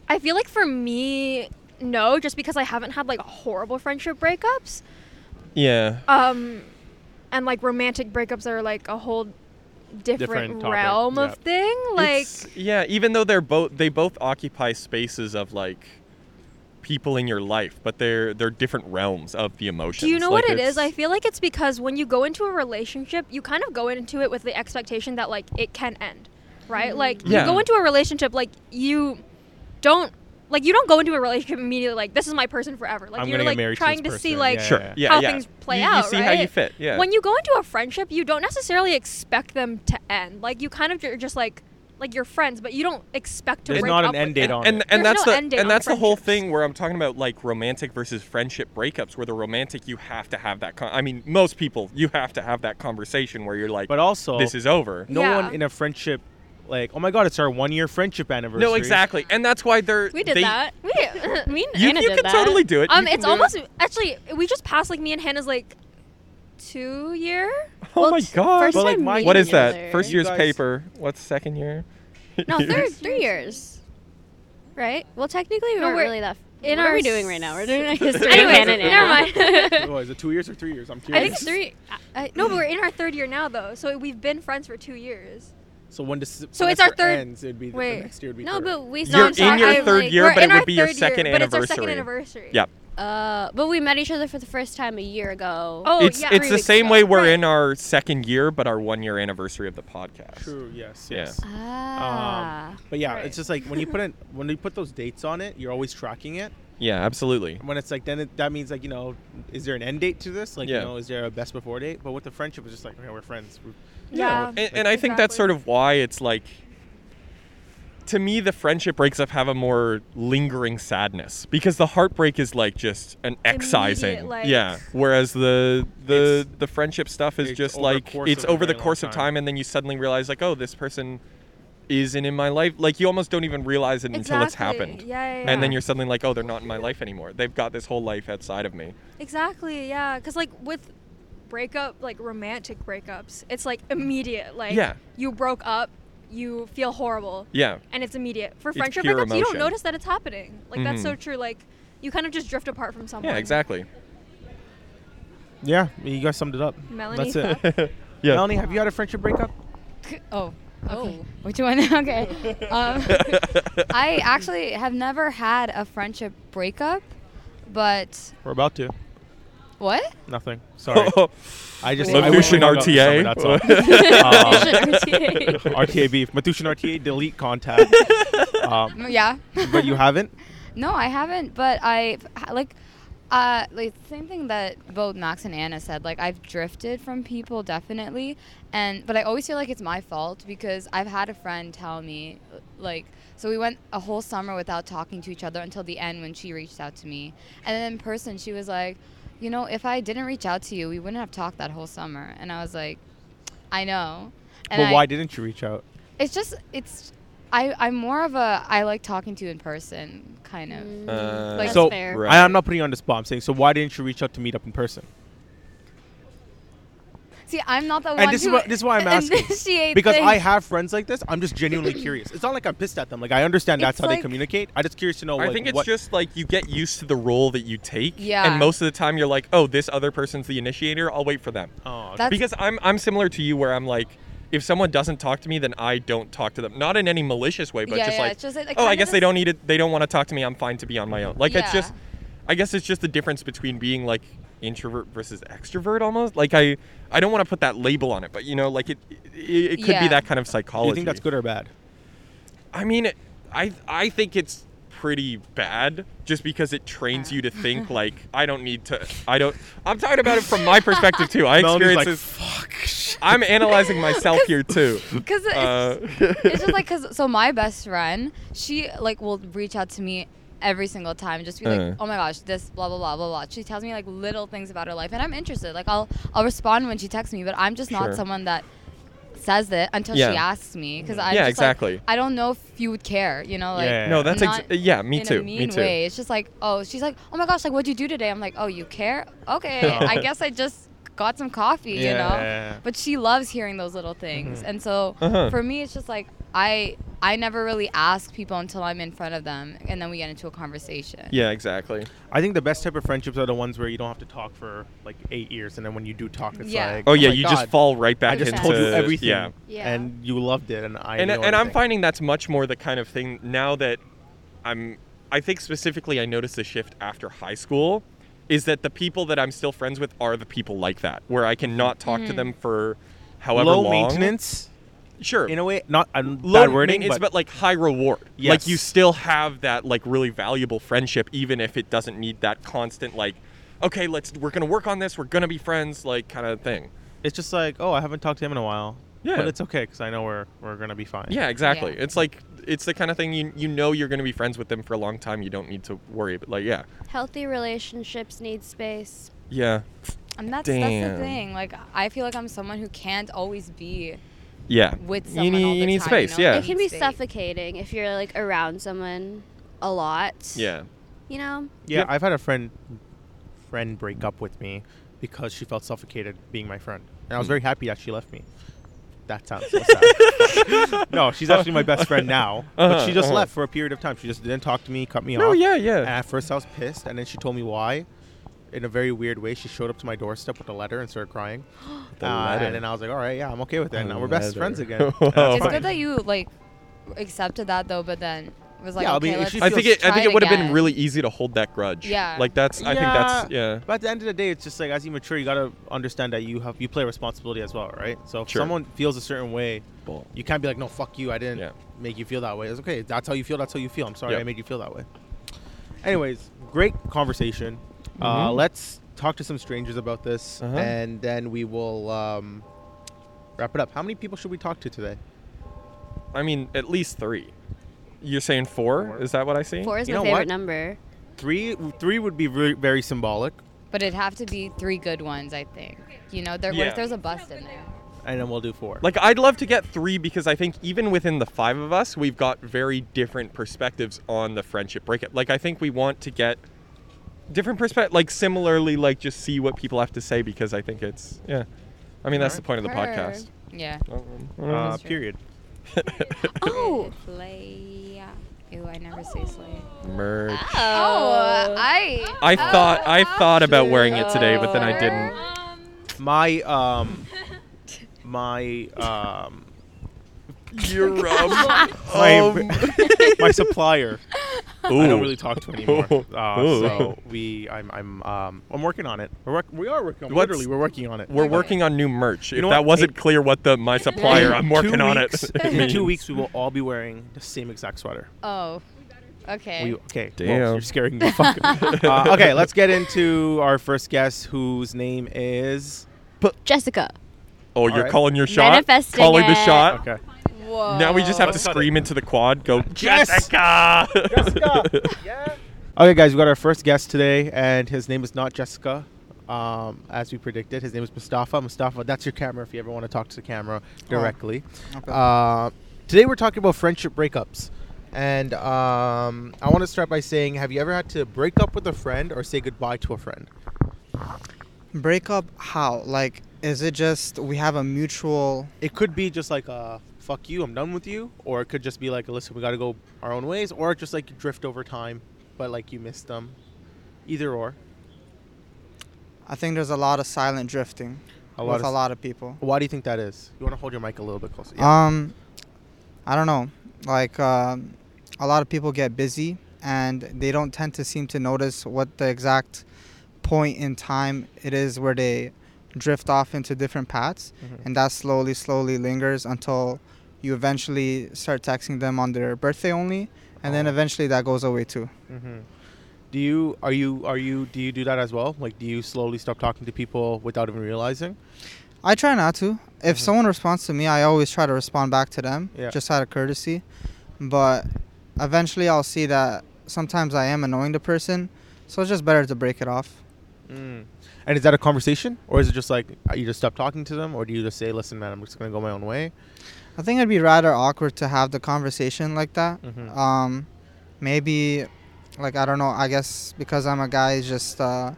Speaker 6: I feel like for me, no, just because I haven't had like horrible friendship breakups.
Speaker 4: Yeah.
Speaker 6: Um, and like romantic breakups are like a whole different,
Speaker 1: Different topic,
Speaker 6: realm of
Speaker 1: yeah.
Speaker 6: thing. Like,
Speaker 4: It's- yeah, even though they're both they both occupy spaces of like people in your life, but they're they're different realms of the emotions.
Speaker 6: do you know
Speaker 4: Like,
Speaker 6: what it
Speaker 4: it's-
Speaker 6: is? I feel like it's because when you go into a relationship, you kind of go into it with the expectation that like it can end, right? Like
Speaker 4: Yeah.
Speaker 6: you go into a relationship like you don't like you don't go into a relationship immediately like this is my person forever. Like
Speaker 1: I'm
Speaker 6: you're
Speaker 1: gonna get
Speaker 6: like
Speaker 1: married to
Speaker 6: trying to,
Speaker 1: this
Speaker 6: see
Speaker 1: person,
Speaker 6: like
Speaker 4: sure.
Speaker 1: Yeah,
Speaker 4: Yeah,
Speaker 6: how
Speaker 4: yeah.
Speaker 6: things play
Speaker 4: You-
Speaker 6: out,
Speaker 4: You see how you
Speaker 6: right?
Speaker 4: fit. Yeah.
Speaker 6: when you go into a friendship, you don't necessarily expect them to end. Like you kind of you're just like like you're friends, but you don't expect to.
Speaker 1: There's
Speaker 6: break
Speaker 1: not
Speaker 6: up
Speaker 1: an end
Speaker 6: with
Speaker 1: date
Speaker 6: them.
Speaker 1: on
Speaker 4: and
Speaker 1: it.
Speaker 4: and
Speaker 6: There's
Speaker 4: that's
Speaker 6: no end
Speaker 4: the
Speaker 6: date on
Speaker 4: and that's the whole
Speaker 6: friendships.
Speaker 4: thing where I'm talking about like romantic versus friendship breakups, where the romantic you have to have that. Con- I mean, most people you have to have that conversation where you're like,
Speaker 1: But uh, also,
Speaker 4: this is over.
Speaker 1: no
Speaker 6: Yeah.
Speaker 1: one in a friendship, like, oh my god, it's our one year friendship anniversary.
Speaker 4: No, exactly, and that's why they're
Speaker 3: We did
Speaker 4: they-
Speaker 3: that.
Speaker 6: We,
Speaker 3: Me and
Speaker 4: You,
Speaker 3: Anna
Speaker 4: you
Speaker 3: did
Speaker 4: can
Speaker 3: that.
Speaker 4: totally do it. You
Speaker 6: um,
Speaker 4: can
Speaker 6: it's
Speaker 4: do it.
Speaker 6: almost actually we just passed like me and Hannah's like two year.
Speaker 4: Oh
Speaker 3: Well,
Speaker 4: my
Speaker 3: t-
Speaker 4: god!
Speaker 3: First
Speaker 1: But, like,
Speaker 3: time
Speaker 1: my-
Speaker 3: meeting
Speaker 4: what is
Speaker 3: each other.
Speaker 4: that? First
Speaker 1: You
Speaker 4: year's
Speaker 1: guys-
Speaker 4: paper. What's second year?
Speaker 3: No, third, three years. Right? Well, technically, we
Speaker 6: No,
Speaker 3: weren't
Speaker 6: we're-
Speaker 3: really that.
Speaker 6: in
Speaker 3: In what
Speaker 6: our
Speaker 3: are we doing right now? We're doing a history. of
Speaker 6: Anyways,
Speaker 3: Anna and
Speaker 6: never mind.
Speaker 3: Anna.
Speaker 1: Oh, is it two years or three years? I'm
Speaker 6: I
Speaker 1: curious.
Speaker 6: think it's three. I, I, no, but we're in our third year now though, so we've been friends for two years.
Speaker 1: So when does
Speaker 6: So it's our
Speaker 1: semester
Speaker 6: third-
Speaker 1: ends? It'd be the-
Speaker 6: Wait.
Speaker 1: the next year. Would be
Speaker 3: no,
Speaker 1: third.
Speaker 3: but we.
Speaker 4: You're
Speaker 3: no, I'm
Speaker 4: in
Speaker 3: sorry,
Speaker 4: your
Speaker 3: I'm
Speaker 4: third
Speaker 3: like-
Speaker 4: year,
Speaker 6: we're
Speaker 4: but it
Speaker 6: in
Speaker 4: would
Speaker 6: our
Speaker 4: be your
Speaker 6: third
Speaker 4: second
Speaker 6: year, But it's our second
Speaker 4: anniversary.
Speaker 6: anniversary.
Speaker 4: Yep.
Speaker 3: Uh, but we met each other for the first time a year ago.
Speaker 6: Oh,
Speaker 4: it's
Speaker 6: yeah.
Speaker 4: it's
Speaker 6: three
Speaker 4: the
Speaker 6: weeks
Speaker 4: same
Speaker 6: ago.
Speaker 4: way we're
Speaker 6: Right.
Speaker 4: in our second year, but our one year anniversary of the podcast.
Speaker 1: True. Yes.
Speaker 4: Yeah.
Speaker 1: Yes.
Speaker 3: Ah.
Speaker 1: But yeah,
Speaker 6: Right.
Speaker 1: it's just like when you put in when you put those dates on it, you're always tracking it.
Speaker 4: Yeah, absolutely.
Speaker 1: When it's like then it, that means like you know, is there an end date to this? Like
Speaker 4: Yeah.
Speaker 1: you know, is there a best before date? But with the friendship, it's just like okay, we're friends. We're-
Speaker 6: Yeah.
Speaker 4: And, and I think that's
Speaker 6: Exactly.
Speaker 4: sort of why it's like. To me, the friendship breaks up have a more lingering sadness because the heartbreak is like just an excising.
Speaker 6: Immediate, like-
Speaker 4: yeah. Whereas the the
Speaker 1: It's-
Speaker 4: the friendship stuff is
Speaker 1: it's
Speaker 4: just
Speaker 1: over the
Speaker 4: like
Speaker 1: course
Speaker 4: it's
Speaker 1: of a
Speaker 4: over the
Speaker 1: very long
Speaker 4: course of
Speaker 1: time.
Speaker 4: time, and then you suddenly realize like, oh, this person isn't in my life. Like you almost don't even realize it until it's
Speaker 6: Exactly.
Speaker 4: happened.
Speaker 6: Yeah, yeah,
Speaker 4: And then
Speaker 6: yeah.
Speaker 4: you're suddenly like, oh, they're not in my life anymore. They've got this whole life outside of me.
Speaker 6: Exactly, yeah. Because, like, with breakup, like romantic breakups, it's like immediate. Like,
Speaker 4: Yeah.
Speaker 6: you broke up, you feel horrible,
Speaker 4: Yeah.
Speaker 6: and it's immediate. For
Speaker 4: It's
Speaker 6: friendship
Speaker 4: pure
Speaker 6: breakups, you don't
Speaker 4: emotion.
Speaker 6: notice that it's happening. Like, that's
Speaker 4: Mhm.
Speaker 6: so true. Like, you kind of just drift apart from someone.
Speaker 4: Yeah, exactly.
Speaker 1: Yeah, you guys summed it up.
Speaker 6: Melanie,
Speaker 1: That's it.
Speaker 6: fuck.
Speaker 4: Yeah.
Speaker 1: Melanie, have you had a friendship breakup?
Speaker 2: Oh. Oh. Which one? okay. Um, I actually have never had a friendship breakup, but
Speaker 1: We're about to.
Speaker 2: what?
Speaker 1: Nothing. Sorry.
Speaker 4: Oh.
Speaker 1: I just. I wish we
Speaker 4: Mathushin
Speaker 1: hung out this summer,
Speaker 4: RTA.
Speaker 1: that's all. Um, RTA beef. Mathushin RTA delete contact. Um,
Speaker 2: Mm, Yeah.
Speaker 1: but you haven't.
Speaker 2: No, I haven't. But I like, uh, like same thing that both Max and Anna said. Like I've drifted from people definitely, and but I always feel like it's my fault because I've had a friend tell me, uh, like, so we went a whole summer without talking to each other until the end when she reached out to me, and then in person she was like, you know, if I didn't reach out to you, we wouldn't have talked that whole summer, and I was like, I know. And
Speaker 1: but
Speaker 2: I-
Speaker 1: why didn't you reach out?
Speaker 2: It's just it's. I, I'm more of a I like talking to you in person kind of.
Speaker 4: Uh,
Speaker 2: Like- Mm, That's
Speaker 1: so
Speaker 3: fair.
Speaker 4: Right.
Speaker 1: I, am not putting you on the spot. I'm saying, so why didn't you reach out to meet up in person?
Speaker 2: See, I'm not the one.
Speaker 1: this is
Speaker 2: who
Speaker 1: what- this is why I'm asking.
Speaker 2: initiate
Speaker 1: Because I
Speaker 2: things.
Speaker 1: have friends like this. I'm just genuinely curious. It's not like I'm pissed at them. Like I understand that's
Speaker 2: It's
Speaker 1: how they
Speaker 2: like-
Speaker 1: communicate. I'm just curious to know.
Speaker 4: I
Speaker 1: like,
Speaker 4: think it's
Speaker 1: what-
Speaker 4: just like you get used to the role that you take.
Speaker 2: Yeah.
Speaker 4: And most of the time you're like, oh, this other person's the initiator. I'll wait for them.
Speaker 1: Oh,
Speaker 2: That's-
Speaker 4: because I'm I'm similar to you where I'm like, if someone doesn't talk to me, then I don't talk to them. Not in any malicious way, but
Speaker 2: Yeah,
Speaker 4: just
Speaker 2: yeah,
Speaker 4: like,
Speaker 2: it's just like- like
Speaker 4: oh, I
Speaker 2: kinda
Speaker 4: guess they
Speaker 2: this-
Speaker 4: don't need it. They don't want to talk to me. I'm fine to be on my own. Like it's
Speaker 2: Yeah.
Speaker 4: just, I guess it's just the difference between being like introvert versus extrovert almost. Like I I don't want to put that label on it, but you know, like it it, it could be
Speaker 2: Yeah.
Speaker 4: that kind of
Speaker 1: do
Speaker 4: psychology.
Speaker 1: you think that's good or bad?
Speaker 4: I mean, it- I I think it's pretty bad just because it trains you to think like I don't need to. I don't. I'm talking about it from my perspective too. I
Speaker 1: Melanie's
Speaker 4: experience
Speaker 1: like,
Speaker 4: this. I'm analyzing myself here too.
Speaker 2: Because it's,
Speaker 4: Uh,
Speaker 2: it's just like, cause so my best friend, she like will reach out to me every single time, just be like,
Speaker 4: Uh.
Speaker 2: oh my gosh, this blah blah blah blah blah. She tells me like little things about her life, and I'm interested. Like I'll I'll respond when she texts me, but I'm just
Speaker 4: Sure.
Speaker 2: not someone that says it until
Speaker 4: Yeah.
Speaker 2: she asks me. Because I
Speaker 4: Yeah,
Speaker 2: just, like,
Speaker 4: exactly.
Speaker 2: I don't know if you would care, you know, like.
Speaker 1: Yeah.
Speaker 4: No, that's ex-
Speaker 2: Not
Speaker 4: yeah. Me
Speaker 2: in
Speaker 4: too.
Speaker 2: a mean
Speaker 4: me too.
Speaker 2: way. It's just like, oh, she's like, oh my gosh, like, what'd you do today? I'm like, oh, you care? Okay, I guess I just got some coffee, you know.
Speaker 1: Yeah.
Speaker 2: But she loves hearing those little things, and so
Speaker 4: Mm-hmm. Uh-huh.
Speaker 2: for me, it's just like I I never really ask people until I'm in front of them, and then we get into a conversation.
Speaker 4: Yeah, exactly.
Speaker 1: I think the best type of friendships are the ones where you don't have to talk for like eight years, and then when you do talk, it's
Speaker 2: Yeah.
Speaker 1: like,
Speaker 4: Oh yeah,
Speaker 1: my
Speaker 4: you
Speaker 1: God,
Speaker 4: just fall right back
Speaker 1: I just
Speaker 4: into
Speaker 1: told you everything,
Speaker 4: Yeah.
Speaker 3: Yeah.
Speaker 1: and you loved it, and I
Speaker 4: and,
Speaker 1: know
Speaker 4: and I'm
Speaker 1: everything.
Speaker 4: finding that's much more the kind of thing now that I'm I think specifically I noticed a shift after high school is that the people that I'm still friends with are the people like that where I can not talk to them for however
Speaker 1: low
Speaker 4: long.
Speaker 1: maintenance
Speaker 4: Sure.
Speaker 1: in a way. Not I'm
Speaker 4: low
Speaker 1: bad wording,
Speaker 4: maintenance
Speaker 1: but,
Speaker 4: but, like high reward. Like
Speaker 1: Yes.
Speaker 4: you still have that like really valuable friendship even if it doesn't need that constant like okay, let's we're going to work on this, we're going to be friends like kind of thing.
Speaker 1: it's just like, oh, I haven't talked to him in a while.
Speaker 4: Yeah.
Speaker 1: but it's okay because I know we're we're gonna be fine.
Speaker 4: Yeah, exactly.
Speaker 2: Yeah.
Speaker 4: It's like it's the kind of thing you you know you're going to be friends with them for a long time. You don't need to worry. But like, yeah,
Speaker 3: Healthy relationships need space.
Speaker 4: yeah,
Speaker 2: And that's that's
Speaker 4: Damn.
Speaker 2: the thing. Like I feel like I'm someone who can't always be
Speaker 4: yeah.
Speaker 2: with
Speaker 4: you
Speaker 2: someone.
Speaker 4: need
Speaker 2: all the
Speaker 4: you need
Speaker 2: time,
Speaker 4: space.
Speaker 2: you know?
Speaker 4: Yeah,
Speaker 3: It can be
Speaker 2: Space.
Speaker 3: suffocating if you're like around someone a lot.
Speaker 4: yeah.
Speaker 3: You know?
Speaker 1: yeah.
Speaker 4: Yep.
Speaker 1: I've had a friend friend break up with me because she felt suffocated being my friend, and I was
Speaker 4: Hmm.
Speaker 1: very happy that she left me. That sounds so sad. no, she's actually my best friend now, but
Speaker 4: Uh-huh,
Speaker 1: she just
Speaker 4: uh-huh.
Speaker 1: left for a period of time. She just didn't talk to me, cut me
Speaker 4: No,
Speaker 1: off.
Speaker 4: yeah,
Speaker 1: And
Speaker 4: yeah.
Speaker 1: at first, I was pissed, and then she told me why. In a very weird way, she showed up to my doorstep with a letter and started crying.
Speaker 4: The
Speaker 1: Uh,
Speaker 4: letter.
Speaker 1: And then I was like, "All right, yeah, I'm okay with that.
Speaker 4: The
Speaker 1: now we're best
Speaker 4: letter.
Speaker 1: friends again." And
Speaker 4: Wow.
Speaker 1: that's
Speaker 2: It's
Speaker 1: fine.
Speaker 2: good that you like accepted that though, but then was like,
Speaker 1: Yeah, I
Speaker 2: okay,
Speaker 1: mean, if
Speaker 2: let's.
Speaker 1: she
Speaker 4: I think it I
Speaker 2: try
Speaker 4: think it would have been
Speaker 2: again.
Speaker 4: really easy to hold that grudge.
Speaker 2: Yeah.
Speaker 4: Like that's I think that's yeah.
Speaker 1: But at the end of the day, it's just like as you mature, you gotta understand that you have you play responsibility as well, right? So if
Speaker 4: Sure.
Speaker 1: someone feels a certain way,
Speaker 4: Bull.
Speaker 1: you can't be like, "No, fuck you. I didn't
Speaker 4: Yeah.
Speaker 1: make you feel that way." It's okay. That's how you feel. That's how you feel. I'm sorry,
Speaker 4: Yep.
Speaker 1: I made you feel that way. Anyways, great conversation. Uh, let's talk to some strangers about this,
Speaker 4: Mm-hmm. Uh-huh.
Speaker 1: and then we will um, wrap it up. How many people should we talk to today?
Speaker 4: I mean, at least three. You're saying four?
Speaker 1: Four.
Speaker 4: Is that what I see?
Speaker 3: Four is
Speaker 1: You
Speaker 3: my
Speaker 1: know
Speaker 3: favorite
Speaker 1: what?
Speaker 3: number.
Speaker 1: Three. Three would be very, very symbolic,
Speaker 2: But it'd have to be three good ones, I think. You know, there, what
Speaker 4: Yeah.
Speaker 2: if there's a bust in there?
Speaker 1: and then we'll do four.
Speaker 4: Like I'd love to get three because I think even within the five of us, we've got very different perspectives on the friendship breakup. Like I think we want to get different perspective, like similarly, like just see what people have to say because I think it's yeah. I mean that's the point of the podcast. Uh,
Speaker 2: Yeah.
Speaker 1: uh,
Speaker 2: That's true.
Speaker 1: period.
Speaker 3: Oh.
Speaker 2: Slay. Ew, I never say slay.
Speaker 4: Merch.
Speaker 2: Oh, I.
Speaker 4: I thought I thought about wearing it today, but then I didn't.
Speaker 1: My um, my um,
Speaker 4: You're um,
Speaker 1: my, my supplier. I don't
Speaker 4: Ooh.
Speaker 1: really talk to anymore. Uh,
Speaker 4: Ooh.
Speaker 1: so we, I'm, I'm, um, I'm working on it. We're work, we are working. on it.
Speaker 4: What's-
Speaker 1: Literally, we're working on it.
Speaker 4: We're working on new merch. If
Speaker 1: know
Speaker 4: that
Speaker 1: what?
Speaker 4: wasn't clear, what the my supplier, I'm
Speaker 1: Two
Speaker 4: working on
Speaker 1: weeks-
Speaker 4: it.
Speaker 1: In two
Speaker 4: means.
Speaker 1: weeks, we will all be wearing the same exact sweater.
Speaker 2: Oh. Okay.
Speaker 1: We, okay, well,
Speaker 4: Damn.
Speaker 1: you're scaring me. Fuck. uh, okay, let's get into our first guest, whose name is.
Speaker 3: Jessica.
Speaker 4: Oh, you're
Speaker 1: right.
Speaker 4: calling your shot.
Speaker 3: Manifesting
Speaker 4: calling the
Speaker 3: it. Oh.
Speaker 4: shot.
Speaker 1: Okay.
Speaker 2: Whoa.
Speaker 4: Now we just have
Speaker 1: Let's
Speaker 4: to
Speaker 1: cut
Speaker 4: scream
Speaker 1: it.
Speaker 4: into the quad. Go,
Speaker 1: Yes!
Speaker 4: Jessica.
Speaker 1: Okay, guys, we got our first guest today, and his name is not Jessica, um, as we predicted. His name is Mustafa. Mustafa, that's your camera if you ever want to talk to the camera directly.
Speaker 5: okay.
Speaker 1: Uh, today, we're talking about friendship breakups. And um, I want to start by saying Have you ever had to break up with a friend or say goodbye to a friend?
Speaker 5: Break up how? Like, is it just we have a mutual?
Speaker 1: It could be just like, uh, fuck you, I'm done with you. Or it could just be like, listen, we got to go our own ways. Or just like drift over time, but like you miss them. Either or.
Speaker 5: I think there's a lot of silent drifting
Speaker 1: A lot
Speaker 5: with
Speaker 1: of
Speaker 5: a
Speaker 1: s-
Speaker 5: lot of people.
Speaker 1: Why do you think that is? You want to hold your mic a little bit closer.
Speaker 5: Um, I don't know. Like, um, a lot of people get busy and they don't tend to seem to notice what the exact point in time it is where they drift off into different paths,
Speaker 1: Mhm.
Speaker 5: and that slowly, slowly lingers until you eventually start texting them on their birthday only, and then
Speaker 1: Oh.
Speaker 5: eventually that goes away too.
Speaker 1: Mm-hmm. Do you are you are you do you do that as well? Like, do you slowly stop talking to people without even realizing?
Speaker 5: I try not to. If
Speaker 1: Mhm.
Speaker 5: someone responds to me, I always try to respond back to them,
Speaker 1: Yeah.
Speaker 5: just out of courtesy. But eventually, I'll see that sometimes I am annoying the person, so it's just better to break it off.
Speaker 1: Mm. And is that a conversation, or is it just like uh, you just stop talking to them, or do you just say, "Listen, man, I'm just gonna go my own way"?
Speaker 5: I think it'd be rather awkward to have the conversation like that.
Speaker 1: Mhm.
Speaker 5: Um, maybe, like I don't know. I guess because I'm a guy, it's just uh,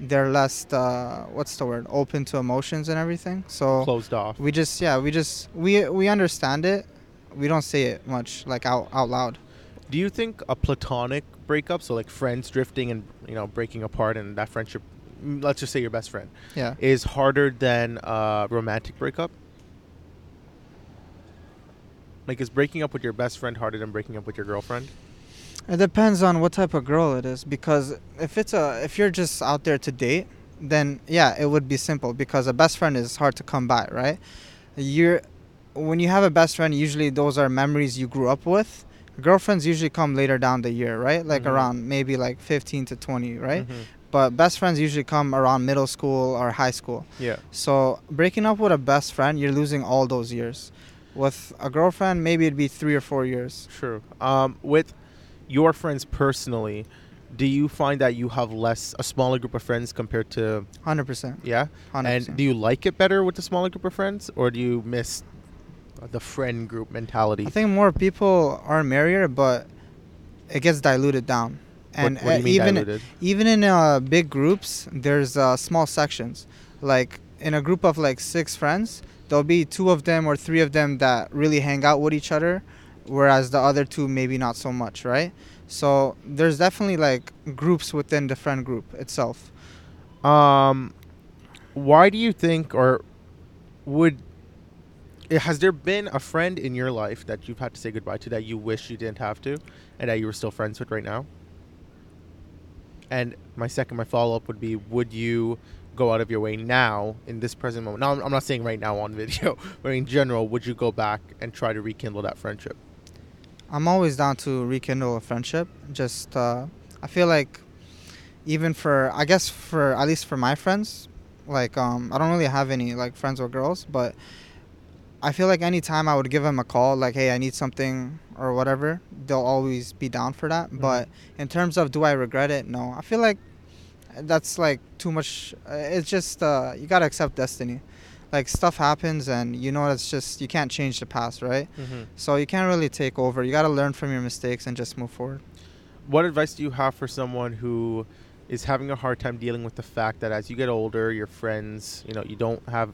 Speaker 5: they're less uh, what's the word? Open to emotions and everything. So
Speaker 1: Closed off.
Speaker 5: we just yeah we just we we understand it we don't say it much like out out loud.
Speaker 1: Do you think a platonic breakup, so like friends drifting and you know breaking apart, and that friendship, mm, let's just say your best friend,
Speaker 5: Yeah.
Speaker 1: is harder than a romantic breakup? Like, is breaking up with your best friend harder than breaking up with your girlfriend?
Speaker 5: It depends on what type of girl it is because if it's a if you're just out there to date, then yeah, it would be simple because a best friend is hard to come by, right? You're when you have a best friend, usually those are memories you grew up with. Girlfriends usually come later down the year, right? Like
Speaker 1: Mhm.
Speaker 5: around maybe like 15 to 20, right?
Speaker 1: Mm-hmm.
Speaker 5: But best friends usually come around middle school or high school.
Speaker 1: Yeah.
Speaker 5: So breaking up with a best friend, you're losing all those years. With a girlfriend, maybe it'd be three or four years.
Speaker 1: True. Um, with your friends personally, do you find that you have less a smaller group of friends compared to
Speaker 5: 100%.
Speaker 1: yeah?
Speaker 5: 100%.
Speaker 1: And do you like it better with the smaller group of friends, or do you miss the friend group mentality?
Speaker 5: I think more people are merrier, but it gets diluted down.
Speaker 1: What-
Speaker 5: And
Speaker 1: what,
Speaker 5: uh,
Speaker 1: do you mean
Speaker 5: even
Speaker 1: diluted?
Speaker 5: even in uh, big groups, there's uh, small sections. Like in a group of like six friends, there'll be two of them or three of them that really hang out with each other, whereas the other two maybe not so much, right? So there's definitely like groups within the friend group itself.
Speaker 1: Um, why do you think, or would eh, has there been a friend in your life that you've had to say goodbye to that you wish you didn't have to, and that you were still friends with right now? And my second, my follow up would be: Would you go out of your way now in this present moment? Now, I'm, I'm not saying right now on video, but in general, would you go back and try to rekindle that friendship?
Speaker 5: I'm always down to rekindle a friendship. Just uh, I feel like even for I guess for at least for my friends, like um, I don't really have any like friends or girls, but I feel like anytime I would give them a call, like hey, I need something or whatever, they'll always be down for that. But in terms of do I regret it? No, I feel like that's like too much. uh, It's just uh, you gotta accept destiny. Like stuff happens, and you know it's just you can't change the past, right?
Speaker 1: Mm-hmm.
Speaker 5: So you can't really take over. You got to learn from your mistakes and just move forward.
Speaker 1: what advice do you have for someone who is having a hard time dealing with the fact that as you get older, your friends, you know, you don't have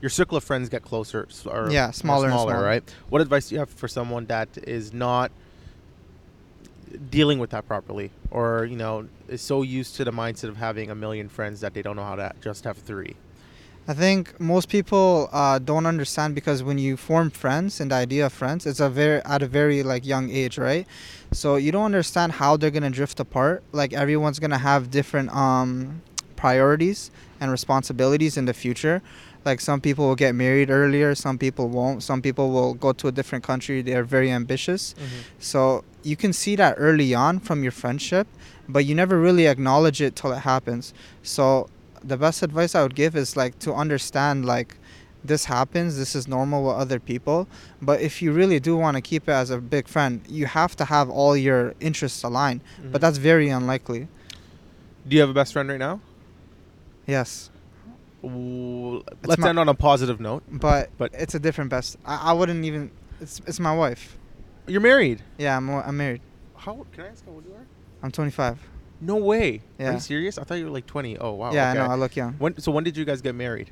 Speaker 1: your circle of friends get closer s- or
Speaker 5: Yeah,
Speaker 1: or
Speaker 5: smaller and
Speaker 1: smaller,
Speaker 5: smaller.
Speaker 1: right? What advice do you have for someone that is not dealing with that properly or, you know, is so used to the mindset of having a million friends that they don't know how to just have three?
Speaker 5: I think most people uh, don't understand because when you form friends and the idea of friends, it's a very at a very like young age, right? So you don't understand how they're gonna drift apart. Like everyone's gonna have different um, priorities and responsibilities in the future. Like some people will get married earlier, some people won't. Some people will go to a different country. They are very ambitious. So you can see that early on from your friendship, but you never really acknowledge it till it happens. So the best advice I would give is like to understand like this happens, this is normal with other people, but if you really do want to keep it as a big friend, you have to have all your interests aligned,
Speaker 1: Mm-hmm.
Speaker 5: but that's very unlikely.
Speaker 1: do you have a best friend right now?
Speaker 5: Yes.
Speaker 1: Ooh, let's
Speaker 5: my-
Speaker 1: end on a positive note.
Speaker 5: But,
Speaker 1: But-
Speaker 5: it's a different best. I, I wouldn't even it's it's my wife.
Speaker 1: You're married.
Speaker 5: Yeah, I'm I'm married.
Speaker 1: How old- can I ask how old you are?
Speaker 5: I'm 25.
Speaker 1: No way. Are
Speaker 5: Yeah.
Speaker 1: you serious? I thought you were like 20. Oh wow.
Speaker 5: yeah,
Speaker 1: okay.
Speaker 5: I know. I look young.
Speaker 1: When so when did you guys get married?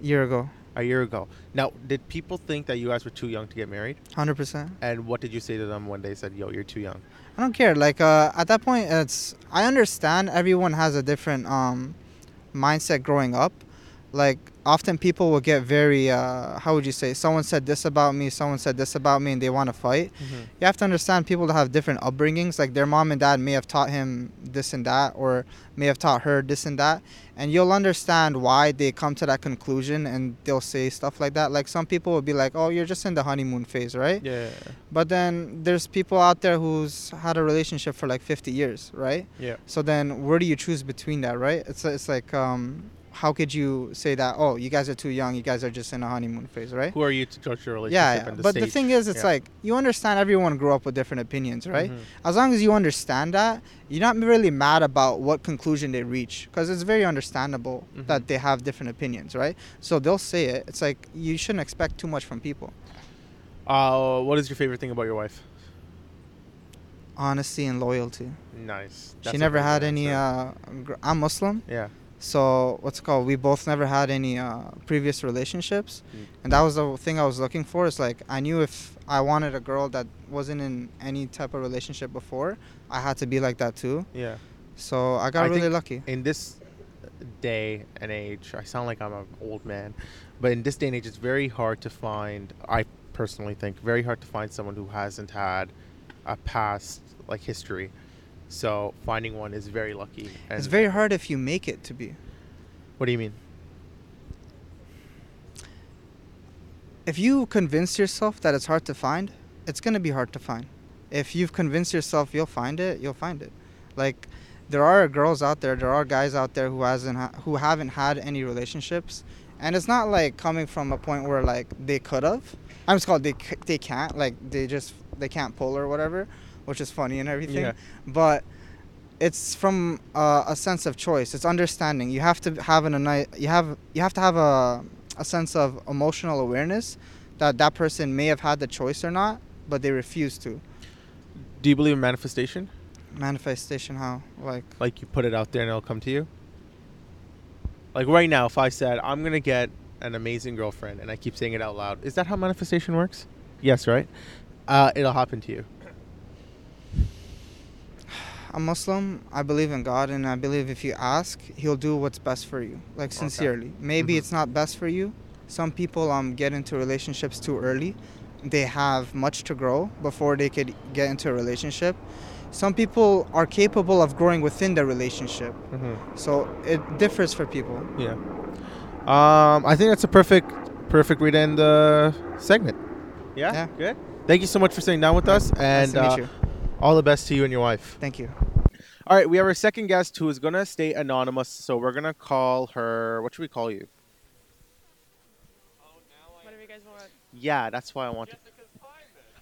Speaker 5: Year ago,
Speaker 1: A year ago. Now, did people think that you guys were too young to get married?
Speaker 5: 100%.
Speaker 1: And what did you say to them when they said, "Yo, you're too young"?
Speaker 5: I don't care. Like uh, at that point, it's I understand everyone has a different um, mindset growing up. Like often people will get very uh, how would you say? Someone said this about me. Someone said this about me, and they want to fight. You have to understand people that have different upbringings. Like their mom and dad may have taught him this and that, or may have taught her this and that, and you'll understand why they come to that conclusion and they'll say stuff like that. Like some people will be like, "Oh, you're just in the honeymoon phase, right?"
Speaker 1: Yeah,
Speaker 5: But then there's people out there who's had a relationship for like 50 years, right?
Speaker 1: yeah.
Speaker 5: So then where do you choose between that, right? It's it's like um, how could you say that? Oh, you guys are too young. You guys are just in a honeymoon phase, right?
Speaker 1: Who are you to judge your relationship?
Speaker 5: Yeah, yeah.
Speaker 1: And the
Speaker 5: but
Speaker 1: stage?
Speaker 5: the thing is, it's
Speaker 1: Yeah.
Speaker 5: like you understand everyone grew up with different opinions, right?
Speaker 1: Mhm.
Speaker 5: As long as you understand that, you're not really mad about what conclusion they reach, because it's very understandable
Speaker 1: Mhm.
Speaker 5: that they have different opinions, right? So they'll say it. It's like you shouldn't expect too much from people.
Speaker 1: Uh, what is your favorite thing about your wife?
Speaker 5: Honesty and loyalty.
Speaker 1: Nice.
Speaker 5: she
Speaker 1: That's a
Speaker 5: never
Speaker 1: pretty
Speaker 5: had
Speaker 1: good
Speaker 5: any.
Speaker 1: answer.
Speaker 5: Uh, gr- I'm Muslim,
Speaker 1: yeah.
Speaker 5: So what's it called? We both never had any uh, previous relationships,
Speaker 1: Hmm.
Speaker 5: and that was the thing I was looking for. Is like I knew if I wanted a girl that wasn't in any type of relationship before, I had to be like that too.
Speaker 1: Yeah.
Speaker 5: So I got
Speaker 1: I
Speaker 5: really
Speaker 1: think
Speaker 5: lucky.
Speaker 1: in this day and age, I sound like I'm an old man, but in this day and age, it's very hard to find. I personally think very hard to find someone who hasn't had a past like history. So finding one is very lucky. And
Speaker 5: It's very hard if you make it to be.
Speaker 1: What do you mean?
Speaker 5: if you convince yourself that it's hard to find, it's gonna be hard to find. If you've convinced yourself you'll find it, you'll find it. Like there are girls out there, there are guys out there who hasn't ha- who haven't had any relationships, and it's not like coming from a point where like they could have. I'm just called they c- they can't like they just they can't pull or whatever, which is funny and everything.
Speaker 1: Yeah.
Speaker 5: But it's from uh, a sense of choice. It's understanding. You have to have an ani- you have you have to have a a sense of emotional awareness that that person may have had the choice or not, but they refuse to.
Speaker 1: Do you believe in manifestation?
Speaker 5: Manifestation, how like
Speaker 1: Like you put it out there and it'll come to you? Like right now, if I said I'm gonna get an amazing girlfriend and I keep saying it out loud, is that how manifestation works? Yes, right. Uh, it'll happen to you.
Speaker 5: I'm Muslim. I believe in God, and I believe if you ask, He'll do what's best for you. Like sincerely. Maybe
Speaker 1: Mhm.
Speaker 5: it's not best for you. Some people um get into relationships too early. They have much to grow before they could get into a relationship. Some people are capable of growing within the relationship.
Speaker 1: Mm-hmm.
Speaker 5: So it differs for people.
Speaker 1: Yeah. Um, I think that's a perfect, perfect way to end the segment. Yeah.
Speaker 5: Yeah.
Speaker 1: Good. Thank you so much for sitting down with us, and
Speaker 5: nice to meet
Speaker 1: uh,
Speaker 5: you.
Speaker 1: all the best to you and your wife.
Speaker 5: Thank you.
Speaker 1: All right, we have our second guest who is gonna stay anonymous, so we're gonna call her. What should we call you?
Speaker 7: Whatever you guys want.
Speaker 1: Yeah, that's why I want to.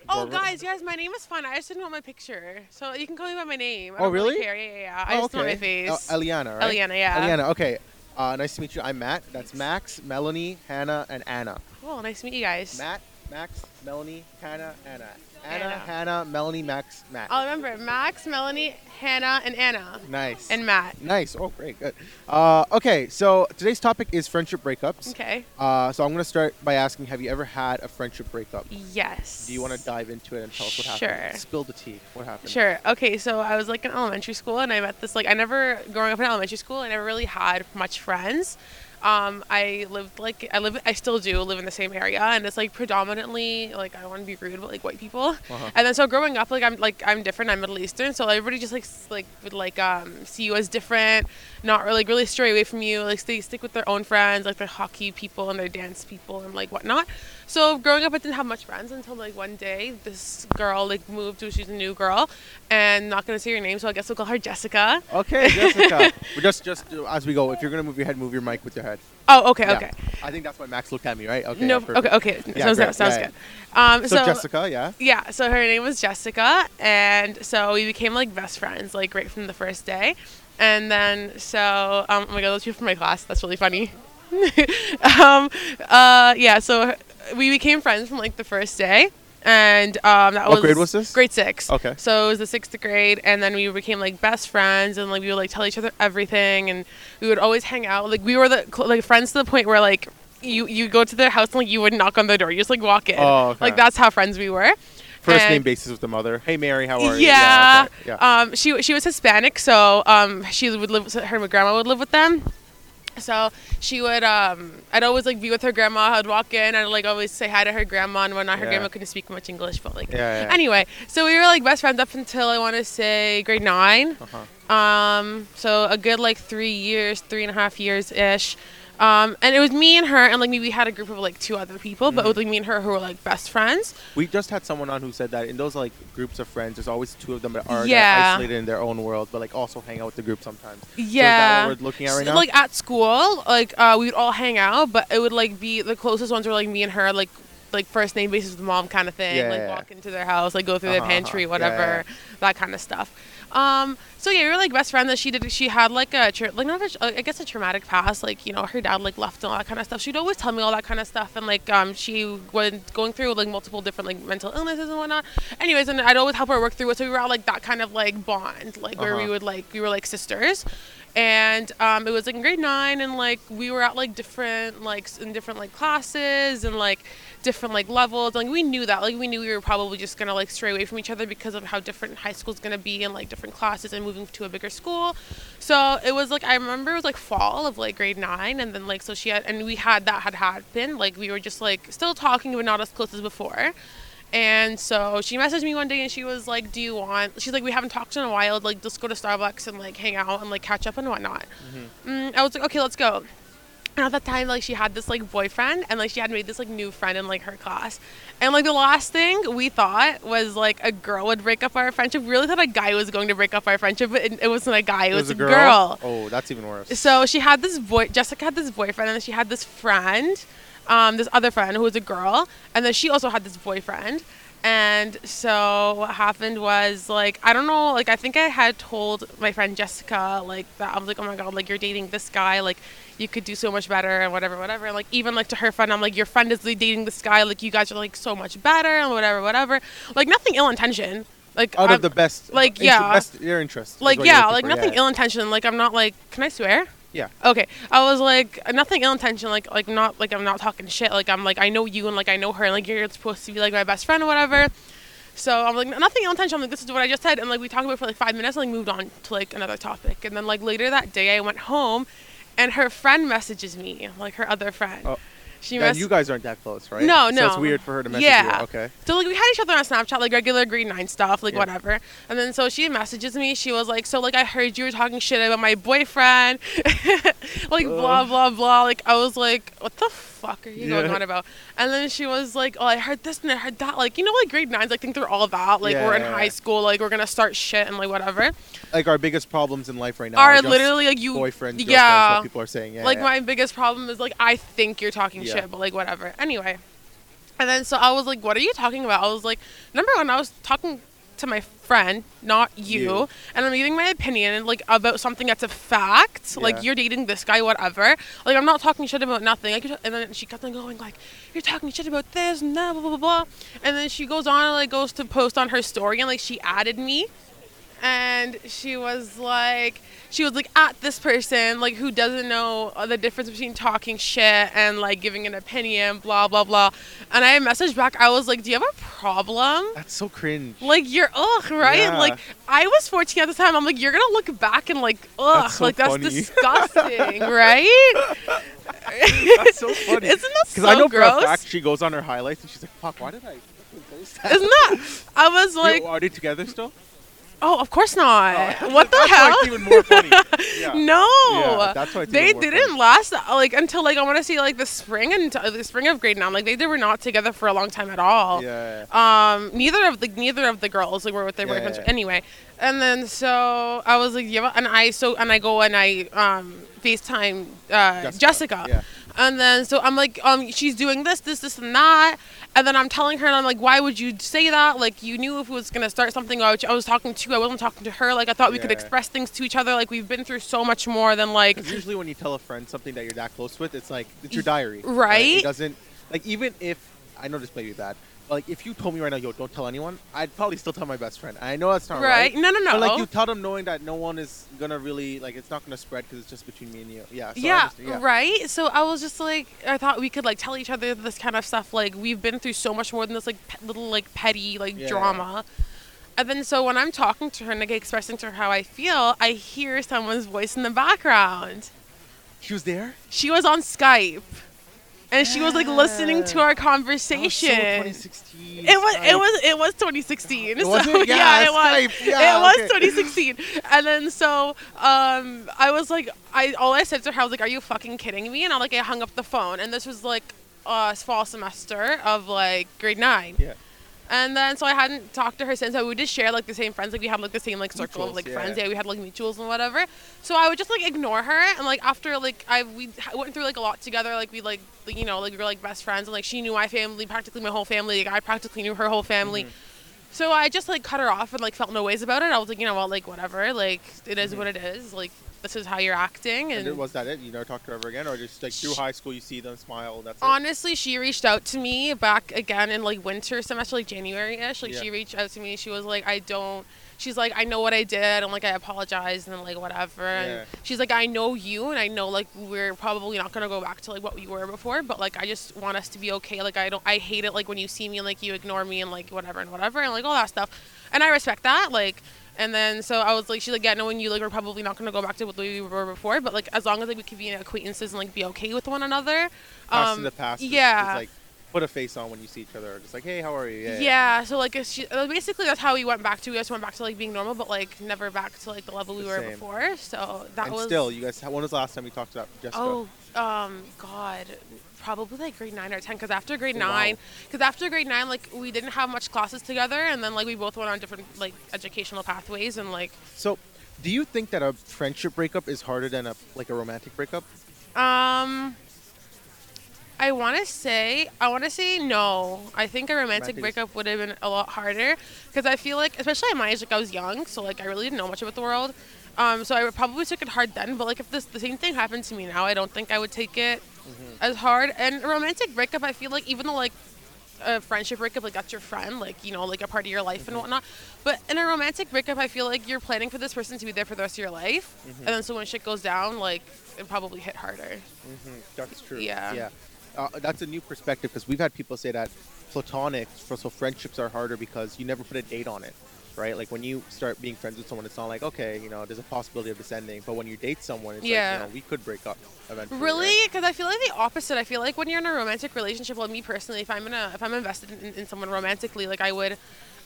Speaker 7: Oh,
Speaker 1: Barbara?
Speaker 7: guys, guys, my name is fun. I just didn't want my picture, so you can call me by my name. I
Speaker 1: Oh,
Speaker 7: don't
Speaker 1: really?
Speaker 7: care. Yeah, yeah, yeah. I
Speaker 1: Oh,
Speaker 7: just don't want my
Speaker 1: okay.
Speaker 7: face.
Speaker 1: Oh, Eliana, right?
Speaker 7: Eliana, yeah.
Speaker 1: Eliana, okay. Uh, nice to meet you. I'm Matt. That's Max, Melanie, Hannah, and Anna.
Speaker 7: Cool. Nice to meet you guys.
Speaker 1: Matt, Max, Melanie, Hannah, Anna. Anna,
Speaker 7: Anna.
Speaker 1: Hannah, Melanie, Max, Matt.
Speaker 7: I'll remember Max, Melanie, Hannah, and Anna,
Speaker 1: nice.
Speaker 7: and Matt.
Speaker 1: Nice. Oh, great. Good. Uh, okay, so today's topic is friendship breakups.
Speaker 7: Okay.
Speaker 1: Uh, so I'm going to start by asking Have you ever had a friendship breakup?
Speaker 7: Yes.
Speaker 1: Do you want to dive into it and tell us what happened?
Speaker 7: Sure.
Speaker 1: Spill the tea. What happened?
Speaker 7: Sure. Okay. So I was like in elementary school, and I met this like I never growing up in elementary school, I never really had much friends. Um, I lived like I live I still do live in the same area, and it's like predominantly like I don't want to be rude, but like white people.
Speaker 1: Uh-huh.
Speaker 7: And then so growing up, like I'm like I'm different. I'm Middle Eastern, so everybody just like s- like would like um see you as different, not really really stray away from you. Like they stick with their own friends, like their hockey people and their dance people and like whatnot. So growing up, I didn't have much friends until like one day this girl like moved to she's a new girl, and not gonna say her name, so I guess we'll call her Jessica.
Speaker 1: Okay, Jessica. We're just, just uh, as we go, if you're going to move your head, move your mic with your head.
Speaker 7: Oh, okay,
Speaker 1: Yeah.
Speaker 7: okay.
Speaker 1: I think that's why Max looked at me, right? Okay.
Speaker 7: no,
Speaker 1: yeah, perfect.
Speaker 7: okay, okay.
Speaker 1: Yeah,
Speaker 7: sounds
Speaker 1: great.
Speaker 7: good. Sounds
Speaker 1: Yeah,
Speaker 7: good. Um,
Speaker 1: So, Jessica, yeah.
Speaker 7: yeah so her name was jessica and so we became like best friends like right from the first day and then so um, oh my god those people from my class that's really funny um, uh, yeah so her- we became friends from like the first day and um, that
Speaker 1: What
Speaker 7: was
Speaker 1: grade was this?
Speaker 7: grade six
Speaker 1: Okay.
Speaker 7: so it was the sixth grade and then we became like best friends and like we would like tell each other everything and we would always hang out like we were the cl- like friends to the point where like you you go to their house and like you would knock on their door you just like walk in
Speaker 1: Oh, okay.
Speaker 7: like that's how friends we were
Speaker 1: First
Speaker 7: and-
Speaker 1: name basis with the mother. Hey, Mary, how are you?
Speaker 7: yeah.
Speaker 1: okay, Yeah.
Speaker 7: Um, she she was Hispanic, so um, she would live. so Her grandma would live with them. So she would. Um, I'd always like be with her grandma. I'd walk in. I'd like always say hi to her grandma, and whatnot. Her
Speaker 1: Yeah.
Speaker 7: grandma couldn't speak much English, but like.
Speaker 1: Yeah, yeah.
Speaker 7: Anyway, so we were like best friends up until I want to say grade 9
Speaker 1: uh-huh.
Speaker 7: um, so a good like three years, three and a half years ish. Um, and it was me and her, and like maybe we had a group of like two other people,
Speaker 1: Mm-hmm.
Speaker 7: but it was like me and her who were like best friends.
Speaker 1: We just had someone on who said that in those like groups of friends, there's always two of them that are
Speaker 7: Yeah.
Speaker 1: isolated in their own world, but like also hang out with the group sometimes.
Speaker 7: Yeah.
Speaker 1: So is that what we're looking at right
Speaker 7: So,
Speaker 1: now.
Speaker 7: Like at school, like uh, we would all hang out, but it would like be the closest ones were like me and her, like like first name basis with mom kind of thing.
Speaker 1: Yeah,
Speaker 7: like
Speaker 1: yeah, yeah.
Speaker 7: walk into their house, like go through
Speaker 1: Uh-huh,
Speaker 7: their
Speaker 1: uh-huh.
Speaker 7: pantry,
Speaker 1: Yeah,
Speaker 7: whatever,
Speaker 1: yeah,
Speaker 7: that kind of stuff. Um, so yeah, we were like best friends. That she did, she had like a tra- like not a, I guess a traumatic past. Like you know, her dad like left and all that kind of stuff. She'd always tell me all that kind of stuff, and like um, she was going through like multiple different like mental illnesses and whatnot. Anyways, and I'd always help her work through it. So we were all like that kind of like bond, like where we
Speaker 1: Uh-huh.
Speaker 7: would like we were like sisters. and um, it was like in grade nine and like we were at like different like s- in different like classes and like different like levels like we knew that like we knew we were probably just gonna like stray away from each other because of how different high school's gonna be and like different classes and moving to a bigger school so it was like i remember it was like fall of like grade nine and then like so she had and we had that had happened like we were just like still talking but not as close as before and so she messaged me one day and she was like, Do you want? She's like, We haven't talked in a while. Like, let's go to Starbucks and like hang out and like catch up and whatnot. Mm, I was like, Okay, let's go. And at that time, like, she had this like boyfriend and like she had made this like new friend in like her class. And like the last thing we thought was like a girl would break up our friendship. We really thought a guy was going to break up our friendship, but it, it wasn't a guy, it, was, a girl.
Speaker 1: Oh, that's even worse.
Speaker 7: So she had this boy. Jessica had this boyfriend, and then she had this friend, um, this other friend who was a girl, and then she also had this boyfriend. And so what happened was like I don't know, like I think I had told my friend Jessica like that I was like, oh my god, like you're dating this guy, like you could do so much better and whatever, whatever. And like even like to her friend, I'm like, your friend is like, dating this guy, like you guys are like so much better and whatever, whatever. Like nothing ill intention. Like
Speaker 1: Out
Speaker 7: I'm-
Speaker 1: of the best,
Speaker 7: like,
Speaker 1: inter-
Speaker 7: yeah.
Speaker 1: best your interest. is
Speaker 7: like
Speaker 1: what you're
Speaker 7: yeah,
Speaker 1: looking
Speaker 7: like
Speaker 1: for,
Speaker 7: nothing
Speaker 1: yeah.
Speaker 7: ill intention. Like I'm not like, can I swear?
Speaker 1: Yeah.
Speaker 7: Okay, I was like nothing ill intention, like like not like I'm not talking shit. Like I'm like I know you and like I know her, and like you're supposed to be like my best friend or whatever. So I'm like nothing ill intention. I'm like this is what I just said, and like we talked about it for like five minutes, and like moved on to like another topic. And then like later that day, I went home, and her friend messages me, like her other friend.
Speaker 1: Oh.
Speaker 7: She
Speaker 1: And
Speaker 7: mess-
Speaker 1: you guys aren't that close, right?
Speaker 7: No,
Speaker 1: So it's
Speaker 7: no.
Speaker 1: weird for her to message
Speaker 7: Yeah.
Speaker 1: you. Okay.
Speaker 7: so like we had each other on Snapchat, like regular green nine stuff, like
Speaker 1: Yeah.
Speaker 7: whatever. And then so she messages me. She was like, "So like I heard you were talking shit about my boyfriend, like
Speaker 1: Uh-huh.
Speaker 7: blah blah blah." Like I was like, "What the fuck are you going
Speaker 1: Yeah.
Speaker 7: on about?" And then she was like, "Oh, I heard this and I heard that." Like you know, like grade nines, like think they're all that. Like we're in
Speaker 1: Yeah.
Speaker 7: high school, like we're gonna start shit and like whatever.
Speaker 1: Like our biggest problems in life right now
Speaker 7: Are
Speaker 1: just
Speaker 7: literally like you
Speaker 1: boyfriends, girlfriends,
Speaker 7: yeah
Speaker 1: what people are saying. Yeah.
Speaker 7: like
Speaker 1: yeah.
Speaker 7: my biggest problem is like I think you're talking
Speaker 1: Yeah.
Speaker 7: shit, but like whatever. Anyway, and then so I was like, "What are you talking about?" I was like, "Number one, I was talking to my friend, not you,
Speaker 1: You.
Speaker 7: and I'm giving my opinion like about something that's a fact.
Speaker 1: Yeah.
Speaker 7: Like you're dating this guy, whatever. Like I'm not talking shit about nothing. Like, you're ta- and then she kept on going like, "You're talking shit about this and that, blah blah blah," blah." and then she goes on and like goes to post on her story and like she added me and she was like she was like at this person like who doesn't know uh, the difference between talking shit and like giving an opinion blah blah blah and i messaged back i was like do you have a problem
Speaker 1: That's so cringe.
Speaker 7: like you're ugh right
Speaker 1: Yeah.
Speaker 7: like i was 14 at the time i'm like you're gonna look back and like ugh
Speaker 1: That's so
Speaker 7: like that's
Speaker 1: funny.
Speaker 7: disgusting right
Speaker 1: That's so funny.
Speaker 7: Isn't that
Speaker 1: Because I
Speaker 7: so
Speaker 1: know for
Speaker 7: gross?
Speaker 1: a fact she goes on her highlights and she's like, "Fuck, why did I?" fucking post that?"
Speaker 7: isn't that i was like
Speaker 1: Yo, are they together still?
Speaker 7: oh of course not
Speaker 1: Oh,
Speaker 7: what the
Speaker 1: that's why
Speaker 7: hell
Speaker 1: it's even more funny. Yeah.
Speaker 7: No,
Speaker 1: Yeah, that's why it's
Speaker 7: they
Speaker 1: even more
Speaker 7: didn't
Speaker 1: fun.
Speaker 7: last like until like I want to say like the spring and uh, the spring of grade nine. Like they, they were not together for a long time at all.
Speaker 1: Yeah.
Speaker 7: Um, neither of the neither of the girls like were with their
Speaker 1: Yeah,
Speaker 7: boyfriends
Speaker 1: yeah.
Speaker 7: anyway. And then so I was like, yeah, and I so and I go and I um FaceTime uh, Jessica.
Speaker 1: Yeah.
Speaker 7: And then so I'm like, um, she's doing this, this, this, and that. And then I'm telling her, and I'm like, why would you say that? Like, you knew if it was gonna start something, I was- I was talking to, you, I wasn't talking to her. Like, I thought we could
Speaker 1: Yeah.
Speaker 7: express things to each other. Like, we've been through so much more than like.
Speaker 1: 'Cause usually when you tell a friend something that you're that close with, it's like it's your diary,
Speaker 7: Right.
Speaker 1: It doesn't like even if I know this may be bad, but like if you told me right now, yo, don't tell anyone, I'd probably still tell my best friend. I know that's not right.
Speaker 7: Right? No, no, no.
Speaker 1: But like you tell them knowing that no one is gonna really like it's not gonna spread because it's just between me and you. Yeah. So I
Speaker 7: yeah,
Speaker 1: understand- yeah.
Speaker 7: right. So I was just like, I thought we could like tell each other this kind of stuff. Like we've been through so much more than this like pe- little like petty like
Speaker 1: Yeah.
Speaker 7: drama. And then so when I'm talking to her and like expressing to her how I feel, I hear someone's voice in the background.
Speaker 1: She was there.
Speaker 7: She was on Skype, and she was like listening to our
Speaker 1: That was Oh, so
Speaker 7: conversation.
Speaker 1: 2016.
Speaker 7: It was it
Speaker 1: Skype.
Speaker 7: was it was 2016.
Speaker 1: Oh, was
Speaker 7: so,
Speaker 1: it? Yeah,
Speaker 7: it was.
Speaker 1: Skype. Yeah,
Speaker 7: it was
Speaker 1: okay.
Speaker 7: 2016. And then so um, I was like, I all I said to her, I was like, "Are you fucking kidding me?" And I like I hung up the phone. And this was like uh, fall semester of like grade nine.
Speaker 1: Yeah.
Speaker 7: And then so I hadn't talked to her since. So we just share like the same friends. Like we had like the same like circle
Speaker 1: Mutuals,
Speaker 7: of like
Speaker 1: yeah.
Speaker 7: friends. Yeah, we had like mutuals and whatever. So I would just like ignore her. And like after like I we h- went through like a lot together. Like we like like, you know like we were like best friends. And like she knew my family, practically my whole family. Like I practically knew her whole family.
Speaker 1: Mm-hmm.
Speaker 7: So
Speaker 1: Mm-hmm.
Speaker 7: I just like cut her off and like felt no ways about it. I was like, you know what, like whatever, like it is what it is. Like this is how you're acting and,
Speaker 1: And was that it? You never talked to her ever again, or just like through high school, you see them smile. That's it?
Speaker 7: honestly she reached out to me back again in like winter semester like january-ish like she
Speaker 1: Yeah.
Speaker 7: reached out to me she was like i don't she's like i know what i did and like i apologize and then like whatever
Speaker 1: Yeah.
Speaker 7: and she's like i know you and i know like we're probably not gonna go back to like what we were before but like i just want us to be okay like i don't i hate it like when you see me and like you ignore me and like whatever and whatever and like all that stuff and i respect that like and then so I was like, she's like, yeah, knowing you, like, we're probably not gonna go back to what we were before, but like, as long as like we can be acquaintances and like be okay with one another,
Speaker 1: Past
Speaker 7: Um,
Speaker 1: in the past. just-
Speaker 7: yeah.
Speaker 1: Just, like put a face on when you see each other. Just like, hey, how are you?
Speaker 7: yeah. So like, if she, uh, basically that's how we went back to. We just went back to like being normal, but like never back to like the level we
Speaker 1: The
Speaker 7: were
Speaker 1: same.
Speaker 7: before. So that
Speaker 1: And
Speaker 7: was
Speaker 1: still, you guys. When was the last time you talked about Jessica?
Speaker 7: Oh, um, God, probably like grade nine or ten. Because after grade
Speaker 1: Oh, wow.
Speaker 7: nine, because after grade nine, like we didn't have much classes together, and then like we both went on different like educational pathways, and like,
Speaker 1: So, do you think that a friendship breakup is harder than a like a romantic breakup?
Speaker 7: um, I want to say, I want to say no. I think a
Speaker 1: Romantic
Speaker 7: romantic
Speaker 1: is-
Speaker 7: breakup would have been a lot harder because I feel like, especially at my age, like I was young, so like I really didn't know much about the world. Um, so I would probably took it hard then, but like if this the same thing happened to me now, I don't think I would take it
Speaker 1: Mm-hmm.
Speaker 7: as hard. And a romantic breakup, I feel like even though like a friendship breakup, like that's your friend, like you know, like a part of your life and
Speaker 1: Mm-hmm.
Speaker 7: whatnot. But in a romantic breakup, I feel like you're planning for this person to be there for the rest of your life,
Speaker 1: Mm-hmm.
Speaker 7: and then so when shit goes down, like it probably hit harder.
Speaker 1: That's true.
Speaker 7: Yeah.
Speaker 1: Yeah. Uh, that's a new perspective because we've had people say that platonic, so so friendships are harder because you never put a date on it, right? Like when you start being friends with someone, it's not like okay, you know, there's a possibility of this ending. But when you date someone, it's like
Speaker 7: Yeah.
Speaker 1: you know, we could break up eventually. right?
Speaker 7: Really? Because I feel like the opposite. I feel like when you're in a romantic relationship, well, me personally, if I'm in a, if I'm invested in, in someone romantically, like I would,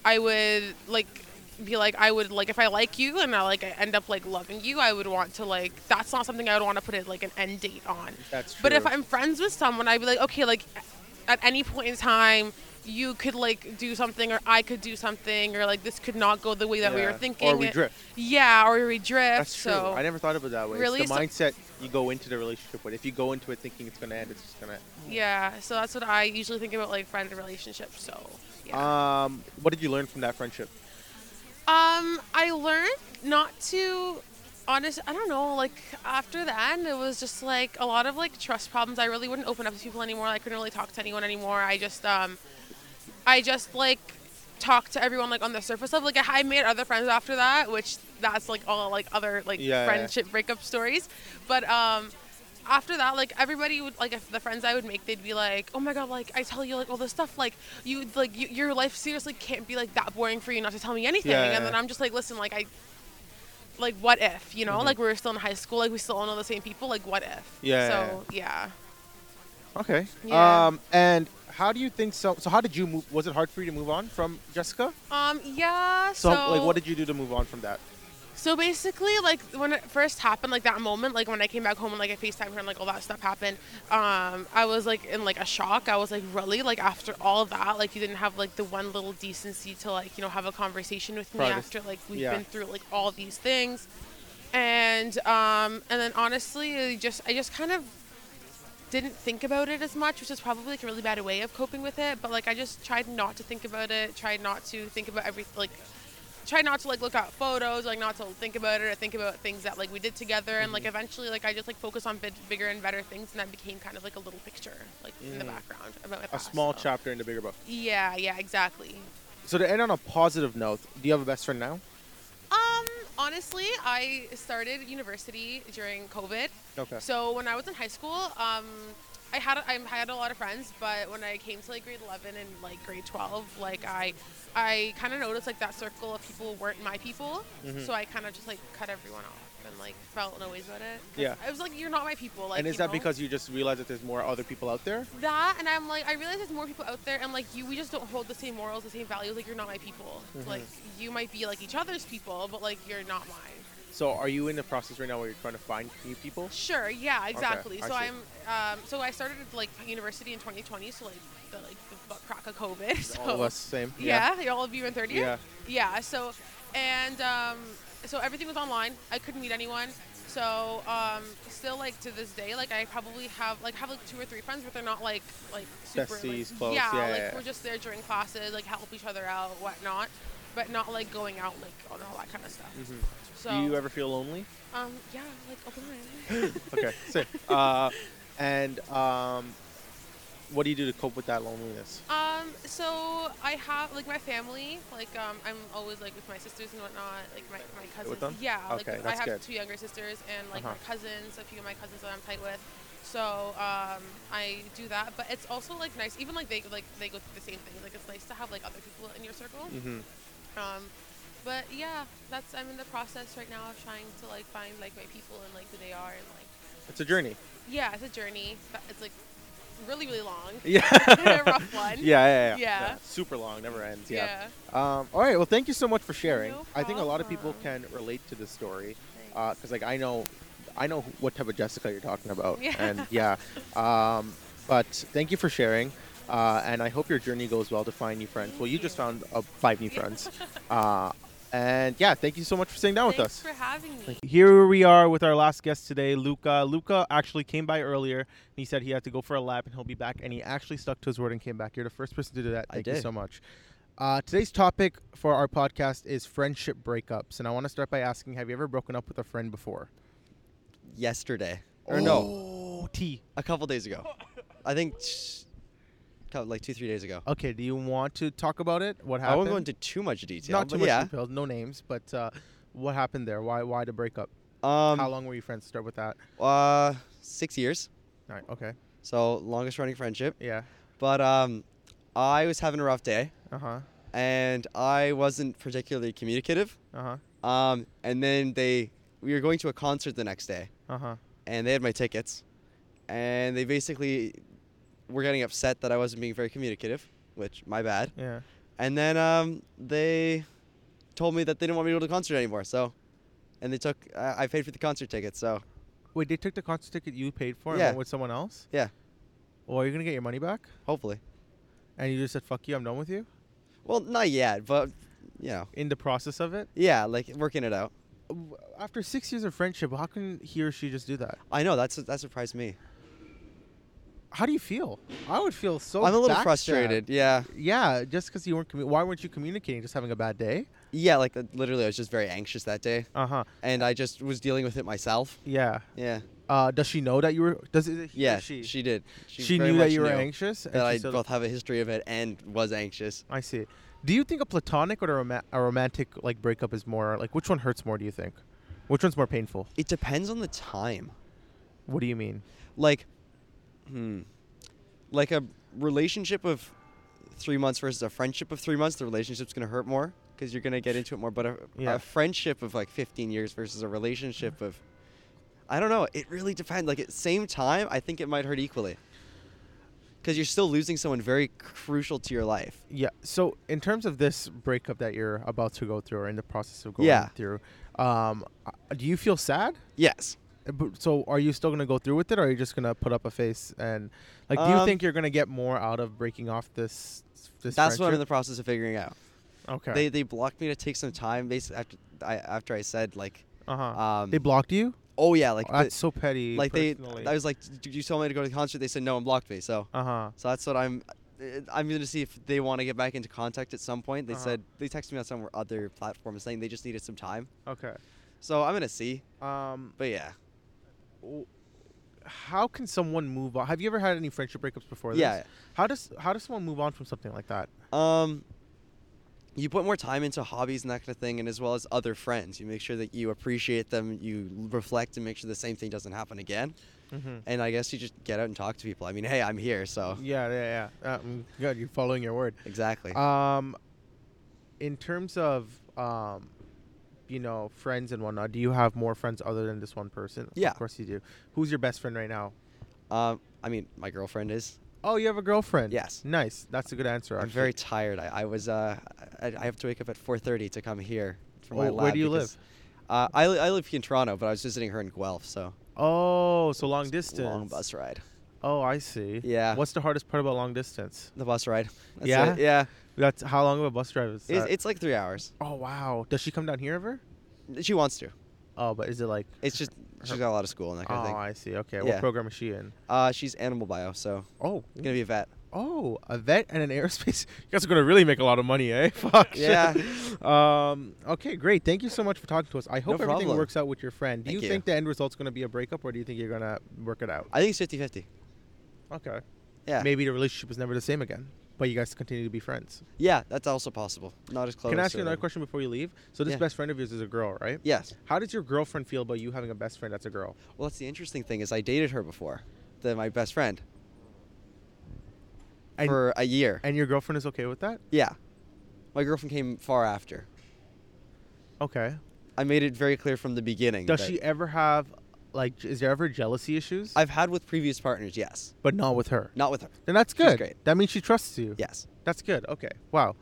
Speaker 7: I would like be like I would like if I like you and I like I end up like loving you, I would want to like that's not something I would want to put it like an end date on.
Speaker 1: That's true.
Speaker 7: But if I'm friends with someone, I'd be like, okay, like at any point in time, you could like do something, or I could do something, or like this could not go the way that we
Speaker 1: Yeah.
Speaker 7: were
Speaker 1: Or
Speaker 7: thinking.
Speaker 1: we drift.
Speaker 7: Yeah, or we drift.
Speaker 1: That's true.
Speaker 7: So
Speaker 1: I never thought of it that way.
Speaker 7: Really?
Speaker 1: It's the
Speaker 7: So-
Speaker 1: mindset you go into the relationship with. If you go into it thinking it's gonna end, it's just gonna.
Speaker 7: yeah, so that's what I usually think about like friend relationships. So yeah.
Speaker 1: Um, what did you learn from that friendship? Uh,
Speaker 7: um, I learned not to. Honest, I don't know. Like after that, it was just like a lot of like trust problems. I really wouldn't open up to people anymore. I couldn't really talk to anyone anymore. I just um, I just like talked to everyone like on the surface of like I I made other friends after that, which that's like all like other like
Speaker 1: Yeah, yeah.
Speaker 7: friendship breakup stories. But um after that, like everybody would like if the friends I would make, they'd be like, "Oh my god, like I tell you like all this stuff, like you like you, your life seriously can't be like that boring for you not to tell me anything."
Speaker 1: Yeah,
Speaker 7: and
Speaker 1: yeah.
Speaker 7: then I'm just like, "Listen, like I, like what if you know,
Speaker 1: Mm-hmm.
Speaker 7: like we were still in high school, like we still all know the same people, like what if?"
Speaker 1: Yeah,
Speaker 7: So yeah.
Speaker 1: Okay.
Speaker 7: Yeah.
Speaker 1: Um, and how do you think so? So how did you move? Was it hard for you to move on from Jessica?
Speaker 7: Um. Yeah.
Speaker 1: So,
Speaker 7: So,
Speaker 1: like, what did you do to move on from that?
Speaker 7: So basically, like when it first happened, like that moment, like when I came back home and like I FaceTimed her and like all that stuff happened, um, I was like in like a shock. I was like, really? Like after all that, like you didn't have like the one little decency to like you know have a conversation with me
Speaker 1: Privacy.
Speaker 7: after like we've
Speaker 1: Yeah.
Speaker 7: been through like all these things, and um, and then honestly, I just I just kind of didn't think about it as much, which is probably like a really bad way of coping with it. But like I just tried not to think about it, tried not to think about everything, like try not to like look at photos, like not to think about it or think about things that like we did together. And
Speaker 1: Mm-hmm.
Speaker 7: like eventually, like I just like focused on big, bigger and better things, and that became kind of like a little picture, like in the
Speaker 1: Mm.
Speaker 7: background about my
Speaker 1: A
Speaker 7: past,
Speaker 1: small
Speaker 7: so.
Speaker 1: chapter in the bigger book.
Speaker 7: Yeah, yeah, exactly.
Speaker 1: So to end on a positive note, do you have a best friend now?
Speaker 7: Um, honestly, I started university during COVID,
Speaker 1: Okay.
Speaker 7: So when I was in high school, um, I had I had a lot of friends, but when I came to like grade 11 and like grade 12, like I I kind of noticed like that circle of people weren't my people,
Speaker 1: Mhm.
Speaker 7: so I kind of just like cut everyone off and like felt no ways about it. 'Cause
Speaker 1: Yeah.
Speaker 7: I was like, you're not my people. Like,
Speaker 1: and is
Speaker 7: you
Speaker 1: that
Speaker 7: know?
Speaker 1: because you just realized that there's more other people out there?
Speaker 7: that? And I'm like, I realize there's more people out there, and like you, we just don't hold the same morals, the same values. Like you're not my people.
Speaker 1: Mm-hmm.
Speaker 7: Like you might be like each other's people, but like you're not mine.
Speaker 1: So are you in the process right now where you're trying to find new people?
Speaker 7: Sure. Yeah. Exactly.
Speaker 1: I
Speaker 7: so
Speaker 1: see.
Speaker 7: I'm. Um, so I started like university in 2020. So like the like the butt crack of COVID. So
Speaker 1: All of us same.
Speaker 7: Yeah. All of you in third year.
Speaker 1: Yeah.
Speaker 7: Yeah. So, and um, so everything was online. I couldn't meet anyone. So um, still like to this day, like I probably have like have like two or three friends, but they're not like like super like-
Speaker 1: Besties, close,
Speaker 7: Yeah.
Speaker 1: yeah,
Speaker 7: like
Speaker 1: yeah, yeah.
Speaker 7: we're just there during classes, like help each other out, whatnot. but not like going out like on all that kind of stuff.
Speaker 1: Mm-hmm.
Speaker 8: Mhm.
Speaker 7: So
Speaker 8: Do you ever feel lonely?
Speaker 7: um yeah, like open-minded.
Speaker 8: Okay, sick. Uh, and um, what do you do to cope with that loneliness?
Speaker 7: Um, so I have like my family, like um, I'm always like with my sisters and whatnot, like my, my cousins.
Speaker 8: them?
Speaker 7: Yeah,
Speaker 8: Okay,
Speaker 7: like
Speaker 8: that's
Speaker 7: I have
Speaker 8: good.
Speaker 7: two younger sisters and like
Speaker 8: Uh-huh.
Speaker 7: my cousins, a few of my cousins that I'm tight with. So um, I do that, but it's also like nice. Even like they like they go through the same thing. Like it's nice to have like other people in your circle.
Speaker 8: Mm-hmm.
Speaker 7: Um, but yeah, that's I'm in the process right now of trying to like find like my people and like who they are and like
Speaker 8: It's a journey.
Speaker 7: yeah, it's a journey. but It's like really really long,
Speaker 8: Yeah.
Speaker 7: a rough one.
Speaker 8: Yeah, yeah, yeah.
Speaker 7: Yeah.
Speaker 8: Super long, never ends. Yeah.
Speaker 7: Yeah.
Speaker 8: Um, all right. Well, thank you so much for sharing.
Speaker 7: No
Speaker 8: I think a lot of people can
Speaker 7: problem.
Speaker 8: relate to this story
Speaker 7: Thanks.
Speaker 8: because, like, I know, I know who- what type of Jessica you're talking about,
Speaker 7: Yeah.
Speaker 8: and yeah. Um, but thank you for sharing, uh, and I hope your journey goes well to find new friends. well, you,
Speaker 7: Thank
Speaker 8: just
Speaker 7: you.
Speaker 8: found uh, five new friends, uh, and yeah, thank you so much for sitting down with us.
Speaker 7: Thanks for having me.
Speaker 1: Here we are with our last guest today, Luca. Luca actually came by earlier. And he said he had to go for a lap and he'll be back. And he actually stuck to his word and came back. You're the first person to do that.
Speaker 9: I
Speaker 1: Thank you
Speaker 9: did.
Speaker 1: so much. Uh, today's topic for our podcast is friendship breakups. And I want to start by asking Have you ever broken up with a friend before?
Speaker 9: yesterday
Speaker 1: Or no?
Speaker 9: Oh.
Speaker 1: T.
Speaker 9: a couple days ago. I think sh- couple, like two, three days ago.
Speaker 1: Okay, do you want to talk about it? What happened?
Speaker 9: I won't go into too much detail.
Speaker 1: Not too
Speaker 9: but
Speaker 1: much
Speaker 9: yeah.
Speaker 1: detail, no names, but uh, what happened there? Why why the breakup?
Speaker 9: Um,
Speaker 1: How long were you friends? Start with that.
Speaker 9: Uh, six years.
Speaker 1: All right, okay.
Speaker 9: So longest running friendship.
Speaker 1: Yeah.
Speaker 9: But um, I was having a rough day,
Speaker 1: Uh huh.
Speaker 9: and I wasn't particularly communicative.
Speaker 1: Uh huh.
Speaker 9: Um, and then they, we were going to a concert the next day,
Speaker 1: Uh huh.
Speaker 9: and they had my tickets, and they basically were getting upset that I wasn't being very communicative, which my bad.
Speaker 1: Yeah.
Speaker 9: And then um, they told me that they didn't want me to go to the concert anymore. So, and they took uh, I paid for the concert tickets. So
Speaker 1: Wait, they took the concert ticket you paid for and
Speaker 9: Yeah.
Speaker 1: went with someone else?
Speaker 9: yeah,
Speaker 1: Well, you're going to get your money back?
Speaker 9: hopefully.
Speaker 1: And you just said, fuck you, I'm done with you?
Speaker 9: Well, not yet, but you know,
Speaker 1: In the process of it?
Speaker 9: yeah, like working it out.
Speaker 1: W- After six years of friendship, how can he or she just do that?
Speaker 9: I know that's that surprised me.
Speaker 1: How do you feel? I would feel so
Speaker 9: I'm a little
Speaker 1: backstabbed.
Speaker 9: frustrated. Yeah,
Speaker 1: Yeah, just because you weren't, commu- why weren't you communicating? Just having a bad day?
Speaker 9: yeah, like uh, literally, I was just very anxious that day,
Speaker 1: Uh huh.
Speaker 9: and I just was dealing with it myself.
Speaker 1: Yeah.
Speaker 9: Yeah,
Speaker 1: Uh, does she know that you were, does it, he or
Speaker 9: yeah,
Speaker 1: she?
Speaker 9: she, did.
Speaker 1: She
Speaker 9: very
Speaker 1: knew that
Speaker 9: much
Speaker 1: you were
Speaker 9: knew
Speaker 1: anxious, and
Speaker 9: That
Speaker 1: she
Speaker 9: I
Speaker 1: still-
Speaker 9: both have a history of it and was anxious.
Speaker 1: I see. Do you think a platonic or a, roma- a romantic like breakup is more like which one hurts more? Do you think? Which one's more painful?
Speaker 9: It depends on the time.
Speaker 1: What do you mean?
Speaker 9: like hmm like a relationship of three months versus a friendship of three months the relationship's going to hurt more because you're going to get into it more but a,
Speaker 1: Yeah.
Speaker 9: a friendship of like 15 years versus a relationship of i don't know it really depends like at same time i think it might hurt equally because you're still losing someone very crucial to your life
Speaker 1: Yeah. So in terms of this breakup that you're about to go through or in the process of going
Speaker 9: Yeah.
Speaker 1: through, um, uh, do you feel sad?
Speaker 9: yes
Speaker 1: Uh, but- So are you still gonna go through with it, or are you just gonna put up a face and like? Do you
Speaker 9: Um,
Speaker 1: think you're gonna get more out of breaking off this? This
Speaker 9: that's what i'm in the
Speaker 1: friendship?
Speaker 9: process of figuring out
Speaker 1: okay.
Speaker 9: they they blocked me to take some time basically after i after i said like
Speaker 1: uh-huh.
Speaker 9: um,
Speaker 1: they blocked you.
Speaker 9: oh yeah like
Speaker 1: Oh,
Speaker 9: the-
Speaker 1: that's so petty.
Speaker 9: like they
Speaker 1: personally.
Speaker 9: i was like "Did you told me to go to the concert they said no and blocked me so
Speaker 1: Uh huh.
Speaker 9: so that's what i'm uh, i'm gonna see if they want to get back into contact at some point they
Speaker 1: Uh-huh.
Speaker 9: said they texted me on some other platform saying they just needed some time
Speaker 1: Okay.
Speaker 9: so i'm gonna see
Speaker 1: Um.
Speaker 9: but yeah
Speaker 1: w- how can someone move on? Have you ever had any friendship breakups before this?
Speaker 9: Yeah.
Speaker 1: How does how does someone move on from something like that?
Speaker 9: um you put more time into hobbies and that kind of thing and as well as other friends you make sure that you appreciate them you reflect and make sure the same thing doesn't happen again
Speaker 1: Mhm.
Speaker 9: and i guess you just get out and talk to people i mean hey i'm here so
Speaker 1: Yeah, yeah, yeah. Um, good, you're following your word.
Speaker 9: exactly
Speaker 1: Um, in terms of um, you know, friends and whatnot, do you have more friends other than this one person?
Speaker 9: Yeah.
Speaker 1: of course you do. Who's your best friend right now?
Speaker 9: um i mean my girlfriend is
Speaker 1: Oh, you have a girlfriend.
Speaker 9: Yes.
Speaker 1: Nice. That's a good answer.
Speaker 9: I'm
Speaker 1: actually.
Speaker 9: very tired. I, I was uh, I, I have to wake up at 4:30 to come here for my
Speaker 1: Oh,
Speaker 9: lab.
Speaker 1: where do you
Speaker 9: because, Uh, I, li- I live in Toronto, but I was visiting her in Guelph, so
Speaker 1: Oh, so long
Speaker 9: it's
Speaker 1: distance.
Speaker 9: a long bus ride.
Speaker 1: Oh, I see.
Speaker 9: Yeah.
Speaker 1: What's the hardest part about long distance?
Speaker 9: The bus ride. That's
Speaker 1: Yeah?
Speaker 9: it, yeah.
Speaker 1: That's how long of a bus drive is
Speaker 9: It's,
Speaker 1: that?
Speaker 9: it's like three hours.
Speaker 1: oh wow. Does she come down here ever?
Speaker 9: She wants to.
Speaker 1: Oh, but is it like?
Speaker 9: It's just she's got a lot of school and that
Speaker 1: oh,
Speaker 9: kind of thing.
Speaker 1: I see. Okay, what
Speaker 9: Yeah.
Speaker 1: program is she in?
Speaker 9: Uh, she's animal bio, so
Speaker 1: Oh,
Speaker 9: gonna be a vet.
Speaker 1: oh, a vet and an aerospace. You guys are gonna really make a lot of money, eh? Fuck.
Speaker 9: Yeah.
Speaker 1: um. Okay. Great. Thank you so much for talking to us. I hope everything
Speaker 9: problem.
Speaker 1: works out with your friend. Do
Speaker 9: Thank
Speaker 1: you,
Speaker 9: you.
Speaker 1: think the end result's gonna be a breakup, or do you think you're gonna work it out?
Speaker 9: I think it's 50 50.
Speaker 1: Okay.
Speaker 9: Yeah.
Speaker 1: Maybe the relationship is never the same again, but you guys continue to be friends.
Speaker 9: Yeah, that's also possible. Not as close.
Speaker 1: Can I ask you
Speaker 9: or-
Speaker 1: another question before you leave? So this
Speaker 9: Yeah.
Speaker 1: best friend of yours is a girl, right?
Speaker 9: Yes.
Speaker 1: How does your girlfriend feel about you having a best friend that's a girl?
Speaker 9: Well, that's the interesting thing is I dated her before, the, my best friend,
Speaker 1: And,
Speaker 9: for a year.
Speaker 1: and your girlfriend is okay with that?
Speaker 9: yeah. My girlfriend came far after.
Speaker 1: Okay.
Speaker 9: I made it very clear from the beginning.
Speaker 1: Does
Speaker 9: that
Speaker 1: she ever have, like, is there ever jealousy issues?
Speaker 9: I've had with previous partners, yes.
Speaker 1: but not with her.
Speaker 9: Not with her.
Speaker 1: Then that's
Speaker 9: She's
Speaker 1: good.
Speaker 9: great.
Speaker 1: That means she trusts you.
Speaker 9: Yes.
Speaker 1: That's good. Okay. Wow.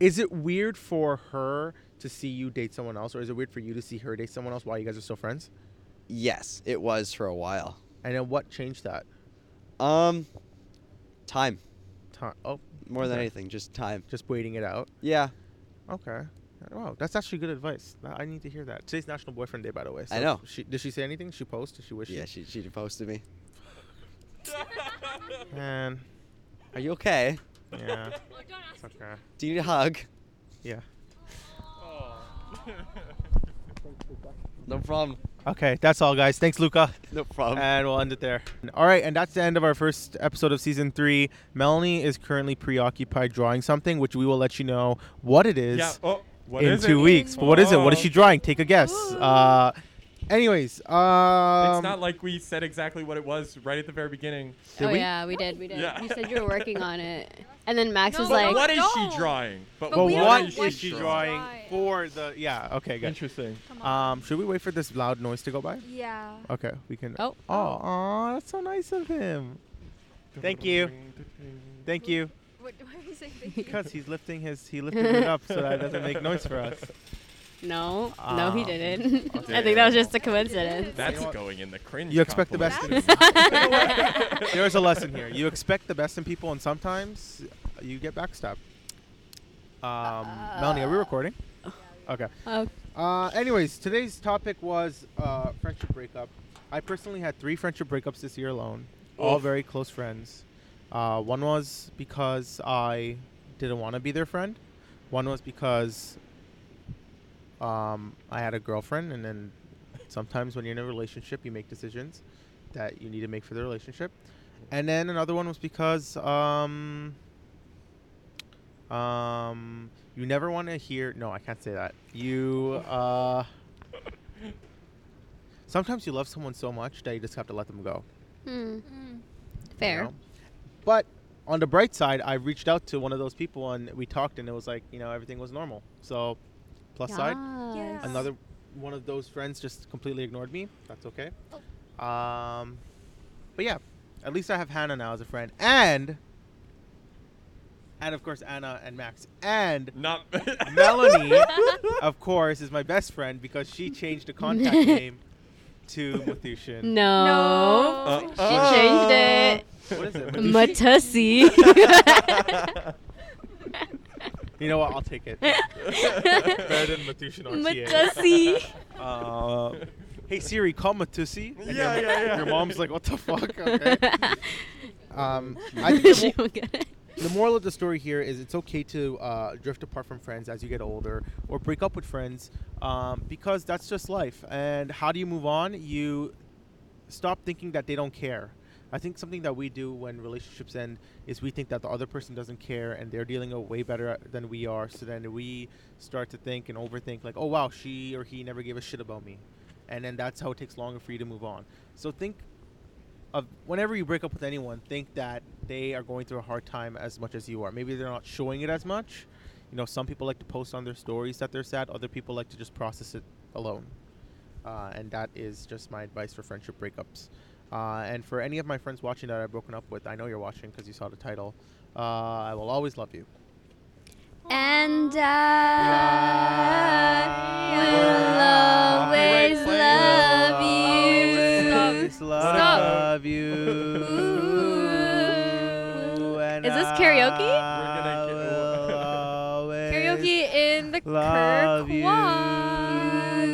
Speaker 1: Is it weird for her to see you date someone else, or is it weird for you to see her date someone else while you guys are still friends?
Speaker 9: Yes, it was for a while.
Speaker 1: And then what changed that?
Speaker 9: Um, time.
Speaker 1: Time. Oh,
Speaker 9: More than
Speaker 1: okay.
Speaker 9: anything, just time.
Speaker 1: Just waiting it out.
Speaker 9: Yeah,
Speaker 1: Okay. Wow, that's actually good advice. I I need to hear that. Today's National Boyfriend Day, by the way.
Speaker 9: I know.
Speaker 1: She, did she say anything? She post? Did she wish?
Speaker 9: yeah. She she posted me.
Speaker 1: She, man.
Speaker 9: Are you okay?
Speaker 1: Yeah. it's okay.
Speaker 9: Do you need a hug?
Speaker 1: Yeah.
Speaker 9: No problem.
Speaker 1: Okay, that's all, guys. Thanks, Luca.
Speaker 9: No problem.
Speaker 1: And we'll end it there. All right, and that's the end of our first episode of season three. Melanie is currently preoccupied drawing something, which we will let you know what it is
Speaker 4: Yeah. Oh, what
Speaker 1: in
Speaker 4: is
Speaker 1: two
Speaker 4: it?
Speaker 1: weeks. But what is it? What is
Speaker 4: Oh.
Speaker 1: she drawing? Take a guess. Uh, anyways, um,
Speaker 4: it's not like we said exactly what it was right at the very beginning.
Speaker 1: Did
Speaker 3: oh
Speaker 1: we?
Speaker 3: yeah, we did. We did.
Speaker 4: Yeah.
Speaker 3: You said you were working on it, and then Max
Speaker 6: No,
Speaker 3: was
Speaker 6: but
Speaker 3: like,
Speaker 4: what is
Speaker 6: no.
Speaker 4: she drawing? But,
Speaker 1: Well,
Speaker 6: we don't
Speaker 1: what
Speaker 6: know
Speaker 1: is
Speaker 6: what
Speaker 1: she
Speaker 6: she's
Speaker 1: drawing
Speaker 6: drawing.
Speaker 1: for the? Yeah. Okay. Good.
Speaker 4: Interesting.
Speaker 1: Um, should we wait for this loud noise to go by?
Speaker 6: Yeah.
Speaker 1: Okay, we can.
Speaker 3: Oh.
Speaker 1: Oh, aw, that's so nice of him. Thank you. Thank you.
Speaker 6: What, why are we saying thank you?
Speaker 1: Because he's lifting his, he lifted it up so that it doesn't make noise for us.
Speaker 3: no, no, he
Speaker 1: Um,
Speaker 3: didn't.
Speaker 4: okay.
Speaker 3: I think that was just a coincidence.
Speaker 4: That's going in the cringe.
Speaker 1: You expect the best.
Speaker 4: compilation.
Speaker 1: There's a lesson here. You expect the best in people, and sometimes you get backstabbed. Um, Melanie, are we recording? Okay.
Speaker 3: Oh,
Speaker 1: Uh, anyways, today's topic was uh, friendship breakup. I personally had three friendship breakups this year alone, all
Speaker 4: Oof.
Speaker 1: very close friends. Uh, one was because I didn't want to be their friend. One was because um, I had a girlfriend, and then sometimes when you're in a relationship, you make decisions that you need to make for the relationship. And then another one was because um, um, you never want to hear. No, I can't say that. You uh, sometimes you love someone so much that you just have to let them go.
Speaker 3: hmm.
Speaker 1: you
Speaker 3: Fair.
Speaker 1: know? But on the bright side, I reached out to one of those people and we talked, and it was like you know everything was normal. So, plus side
Speaker 3: Yes.
Speaker 1: another one of those friends just completely ignored me. That's okay. Um, but yeah, at least I have Hannah now as a friend, and and of course Anna and Max, and
Speaker 4: Not
Speaker 1: Melanie, of course, is my best friend because she changed the contact name to Mathushin.
Speaker 3: No.
Speaker 6: Oh.
Speaker 1: Oh.
Speaker 4: Uh,
Speaker 3: She changed it.
Speaker 1: What is it? Mathushin?
Speaker 3: Matussi.
Speaker 1: you know what? I'll take it. Better than Mathushin RTA.
Speaker 3: Matussi.
Speaker 1: Uh, hey Siri, call Matusi. And
Speaker 4: Yeah,
Speaker 1: your,
Speaker 4: yeah, yeah.
Speaker 1: Your mom's like, what the fuck? Okay. Um, I think the
Speaker 3: She will get it.
Speaker 1: the moral of the story here is it's okay to uh, drift apart from friends as you get older or break up with friends um, because that's just life. And how do you move on? You stop thinking that they don't care. I think something that we do when relationships end is we think that the other person doesn't care and they're dealing it way better than we are. So then we start to think and overthink, like, oh wow, she or he never gave a shit about me. And then that's how it takes longer for you to move on. So think of whenever you break up with anyone, think that they are going through a hard time as much as you are. Maybe they're not showing it as much. You know, some people like to post on their stories that they're sad. Other people like to just process it alone. Uh, and that is just my advice for friendship breakups. Uh, and for any of my friends watching that I've broken up with, I know you're watching because you saw the title. Uh, I will always love you.
Speaker 3: And uh, I will always love you.
Speaker 1: Always love you. And
Speaker 3: Is this karaoke?
Speaker 1: I
Speaker 4: We're gonna
Speaker 1: will
Speaker 4: get-
Speaker 1: always
Speaker 6: Karaoke in the
Speaker 1: love
Speaker 6: Kirk
Speaker 1: you.
Speaker 6: Walk.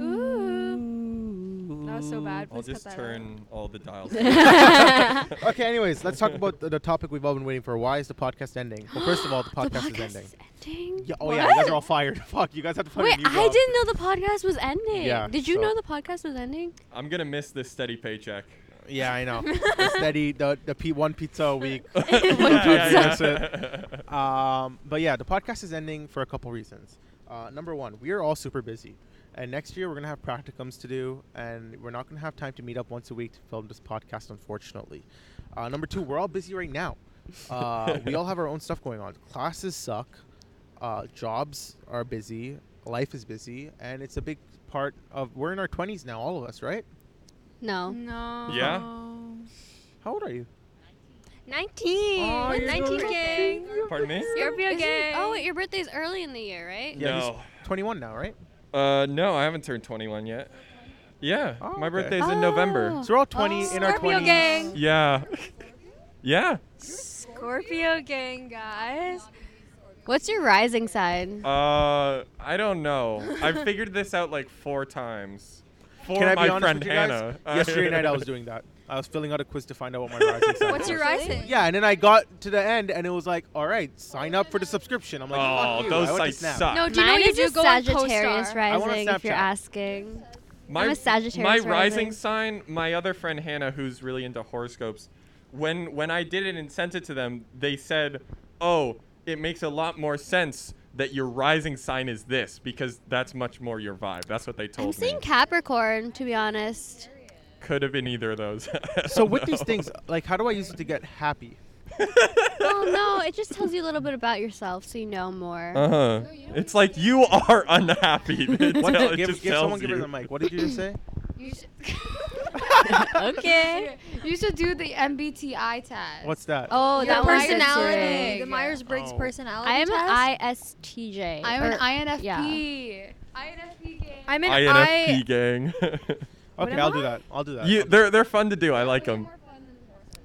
Speaker 6: Ooh. That That was so bad.
Speaker 4: I'll
Speaker 6: Please cut
Speaker 4: just
Speaker 6: that out.
Speaker 4: turn all the dials.
Speaker 1: okay, anyways, let's talk about the, the topic we've all been waiting for. Why is the podcast ending? Well, first of all, the podcast, is ending.
Speaker 3: ending.
Speaker 1: Yeah, oh yeah, you guys are all fired. Fuck, you guys have to find
Speaker 3: Wait,
Speaker 1: a new
Speaker 3: I
Speaker 1: job.
Speaker 3: didn't know the podcast was ending.
Speaker 1: Yeah,
Speaker 3: Did you
Speaker 1: so-
Speaker 3: know the podcast was ending?
Speaker 4: I'm gonna miss this steady paycheck.
Speaker 1: Yeah, I know. the steady, the the p- one pizza a week. one
Speaker 4: Yeah,
Speaker 1: pizza.
Speaker 4: yeah, yeah.
Speaker 1: Um, but yeah, the podcast is ending for a couple reasons. Uh, number one, we are all super busy, and next year we're gonna have practicums to do, and we're not gonna have time to meet up once a week to film this podcast, unfortunately. Uh, number two, we're all busy right now. Uh, we all have our own stuff going on. Classes suck. Uh, jobs are busy. Life is busy, and it's a big part of. We're in our twenties now, all of us, right?
Speaker 3: No.
Speaker 6: No.
Speaker 4: Yeah?
Speaker 1: How old are you?
Speaker 3: 19.
Speaker 1: Oh, you're
Speaker 3: 19
Speaker 1: so
Speaker 3: gang.
Speaker 4: Pardon me?
Speaker 3: Scorpio
Speaker 6: Isn't-
Speaker 3: gang.
Speaker 6: oh,
Speaker 3: Oh,
Speaker 6: wait,
Speaker 3: wait, your birthday's early in the year, right?
Speaker 1: Yeah, he's
Speaker 4: no.
Speaker 1: Twenty-one now, right?
Speaker 4: Uh, no, I haven't turned 21 yet. Yeah,
Speaker 1: Oh,
Speaker 4: my
Speaker 1: okay.
Speaker 4: birthday's in November.
Speaker 1: So we're all twenty in our
Speaker 3: Oh, Scorpio
Speaker 1: twenties.
Speaker 3: gang.
Speaker 4: Yeah. yeah.
Speaker 6: Scorpio gang, guys.
Speaker 3: What's your rising sign?
Speaker 4: Uh, I don't know. I figured this out like four times. For
Speaker 1: Can I
Speaker 4: my
Speaker 1: be honest
Speaker 4: friend
Speaker 1: with you guys?
Speaker 4: Hannah.
Speaker 1: Yesterday night I was doing that. I was filling out a quiz to find out what my rising sign
Speaker 6: What's your
Speaker 1: was.
Speaker 6: rising?
Speaker 1: Yeah, and then I got to the end and it was like, all right, sign up for the subscription. I'm like,
Speaker 4: Oh,
Speaker 1: fuck you.
Speaker 4: those
Speaker 1: I went to
Speaker 4: sites
Speaker 1: Snap.
Speaker 4: suck.
Speaker 6: No, do you know
Speaker 3: Mine
Speaker 6: what you
Speaker 3: is
Speaker 6: do?
Speaker 3: a
Speaker 6: Go on
Speaker 3: Sagittarius
Speaker 6: CoStar.
Speaker 1: I want a
Speaker 3: rising, if you're
Speaker 1: Snapchat.
Speaker 3: asking.
Speaker 4: my,
Speaker 3: I'm a Sagittarius
Speaker 4: My
Speaker 3: rising.
Speaker 4: rising sign, my other friend Hannah, who's really into horoscopes, when when I did it and sent it to them, they said, "Oh, it makes a lot more sense that your rising sign is this because that's much more your vibe." That's what they told
Speaker 3: I'm seeing
Speaker 4: me.
Speaker 3: Capricorn, to be honest.
Speaker 4: Could have been either of those.
Speaker 1: So with these things, like, how do I use it to get happy?
Speaker 3: oh no, it just tells you a little bit about yourself, so you know more.
Speaker 4: uh
Speaker 1: uh-huh.
Speaker 4: huh. It's like you are unhappy. It
Speaker 1: What
Speaker 4: tell- it
Speaker 1: give,
Speaker 4: just
Speaker 1: give someone
Speaker 4: tells
Speaker 1: give her
Speaker 4: you.
Speaker 1: the mic. What did you just say?
Speaker 2: You should,
Speaker 3: okay.
Speaker 2: you should do the MBTI test.
Speaker 1: What's that?
Speaker 3: Oh,
Speaker 6: Your
Speaker 2: Your
Speaker 3: that one's
Speaker 6: personality.
Speaker 2: interesting.
Speaker 6: The Myers Briggs
Speaker 1: Oh.
Speaker 6: personality.
Speaker 3: I am
Speaker 6: test.
Speaker 3: an ISTJ.
Speaker 2: I'm
Speaker 3: or-
Speaker 2: an INFP.
Speaker 6: INFP gang. I'm an
Speaker 4: INFP
Speaker 6: I.
Speaker 4: gang.
Speaker 1: Uh, okay,
Speaker 6: am
Speaker 1: I'll do
Speaker 6: I?
Speaker 1: that. I'll do that.
Speaker 4: you, they're they're fun to do. I like them.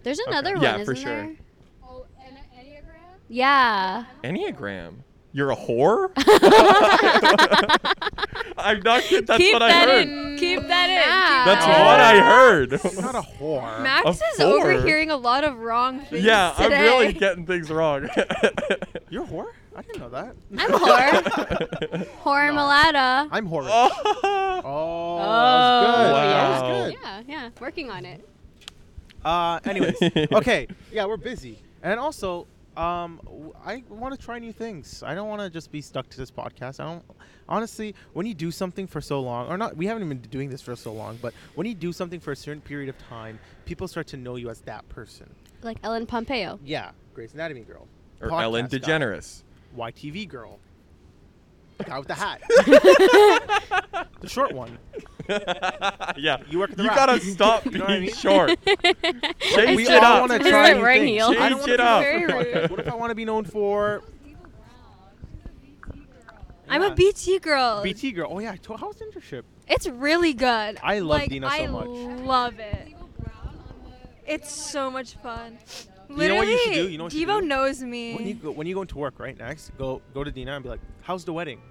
Speaker 3: There's another one,
Speaker 4: Yeah, for
Speaker 3: isn't
Speaker 4: sure.
Speaker 3: there?
Speaker 2: Oh, and Enneagram?
Speaker 3: Yeah.
Speaker 4: Enneagram. You're a whore. I'm not kidding. That's
Speaker 3: Keep
Speaker 4: what I
Speaker 3: that
Speaker 4: heard.
Speaker 3: in. Keep that in.
Speaker 4: That's
Speaker 6: Max.
Speaker 4: what I heard.
Speaker 1: You're not a whore.
Speaker 6: Max
Speaker 4: A
Speaker 6: is
Speaker 4: four.
Speaker 6: overhearing a lot of wrong things.
Speaker 4: yeah,
Speaker 6: today.
Speaker 4: I'm really getting things wrong.
Speaker 1: You're a whore? I didn't know that.
Speaker 3: I'm a whore. Whore mulata.
Speaker 1: I'm horrid. Oh,
Speaker 4: oh.
Speaker 1: that was good. That
Speaker 4: Wow.
Speaker 1: was good.
Speaker 3: Oh. Yeah, yeah. Working on it.
Speaker 1: Uh, anyways, okay, yeah, we're busy, and also, um, w- I want to try new things. I don't want to just be stuck to this podcast. I don't, honestly, when you do something for so long, or not, we haven't been doing this for so long, but when you do something for a certain period of time, people start to know you as that person.
Speaker 3: Like Ellen Pompeo.
Speaker 1: Yeah, Grey's Anatomy girl,
Speaker 4: Or Ellen
Speaker 1: podcast guy,
Speaker 4: DeGeneres.
Speaker 1: YTV girl, the guy with the hat, the short one.
Speaker 4: yeah.
Speaker 1: You work at the
Speaker 4: You
Speaker 1: Rock.
Speaker 4: gotta stop
Speaker 1: You
Speaker 4: being
Speaker 1: know what I mean?
Speaker 4: short. Change
Speaker 1: we
Speaker 4: it
Speaker 1: all
Speaker 4: up.
Speaker 1: want to
Speaker 3: Mr.
Speaker 1: try new
Speaker 3: Ring
Speaker 1: things.
Speaker 3: Heel.
Speaker 1: I
Speaker 4: Change
Speaker 1: don't wanna
Speaker 4: it
Speaker 1: be
Speaker 4: up.
Speaker 1: known for podcast. What if I want to be known for?
Speaker 6: I'm
Speaker 1: Yeah.
Speaker 6: a BT girl.
Speaker 1: BT girl. Oh yeah, to- how was internship?
Speaker 6: It's really good.
Speaker 1: I love
Speaker 6: like,
Speaker 1: Dina so
Speaker 6: I
Speaker 1: much.
Speaker 6: love it. It's so much fun.
Speaker 1: You know what you should
Speaker 6: Literally,
Speaker 1: do? You know what you
Speaker 6: Devo
Speaker 1: should do?
Speaker 6: knows
Speaker 1: When you
Speaker 6: me.
Speaker 1: go when you go into work right next, go go to Dina and be like, "How's the wedding?"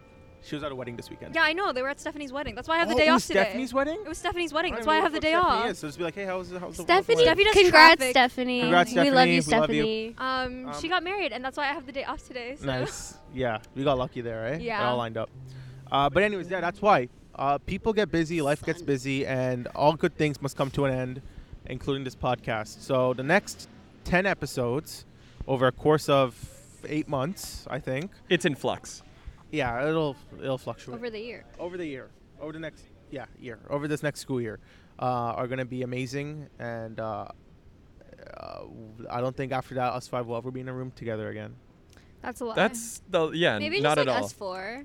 Speaker 1: She was at a wedding this weekend.
Speaker 6: Yeah, I know. They were at Stephanie's wedding. That's why I have
Speaker 1: oh,
Speaker 6: the day
Speaker 1: it
Speaker 6: off
Speaker 1: was
Speaker 6: today.
Speaker 1: Stephanie's wedding.
Speaker 6: It was Stephanie's wedding.
Speaker 1: I
Speaker 6: That's
Speaker 1: don't
Speaker 6: why I
Speaker 1: even
Speaker 6: have the
Speaker 1: know
Speaker 6: day
Speaker 1: who Stephanie
Speaker 6: off.
Speaker 1: Is, so just be like, "Hey, how's how's the
Speaker 3: Stephanie.
Speaker 1: wedding?"
Speaker 6: does
Speaker 3: Congrats,
Speaker 6: traffic.
Speaker 3: Stephanie.
Speaker 1: Congrats,
Speaker 3: We love you,
Speaker 1: Stephanie. We love
Speaker 3: Stephanie.
Speaker 6: Um,
Speaker 1: Um,
Speaker 6: she got married, and that's why I have the day off today. So.
Speaker 1: Nice. Yeah, we got lucky there, eh? It
Speaker 6: Yeah.
Speaker 1: all lined up. Uh, but anyways, yeah, that's why uh, people get busy, life gets busy, and all good things must come to an end, including this podcast. So the next ten episodes, over a course of eight months, I think.
Speaker 4: It's in flux.
Speaker 1: Yeah, it'll it'll fluctuate.
Speaker 3: Over the year.
Speaker 1: over the year, over the next yeah year, over this next school year, uh, are going to be amazing, and uh, uh, I don't think after that us five will ever be in a room together again.
Speaker 6: That's a lot.
Speaker 4: That's the yeah,
Speaker 3: Maybe
Speaker 4: not
Speaker 3: just
Speaker 4: at
Speaker 3: like
Speaker 4: all.
Speaker 3: us four.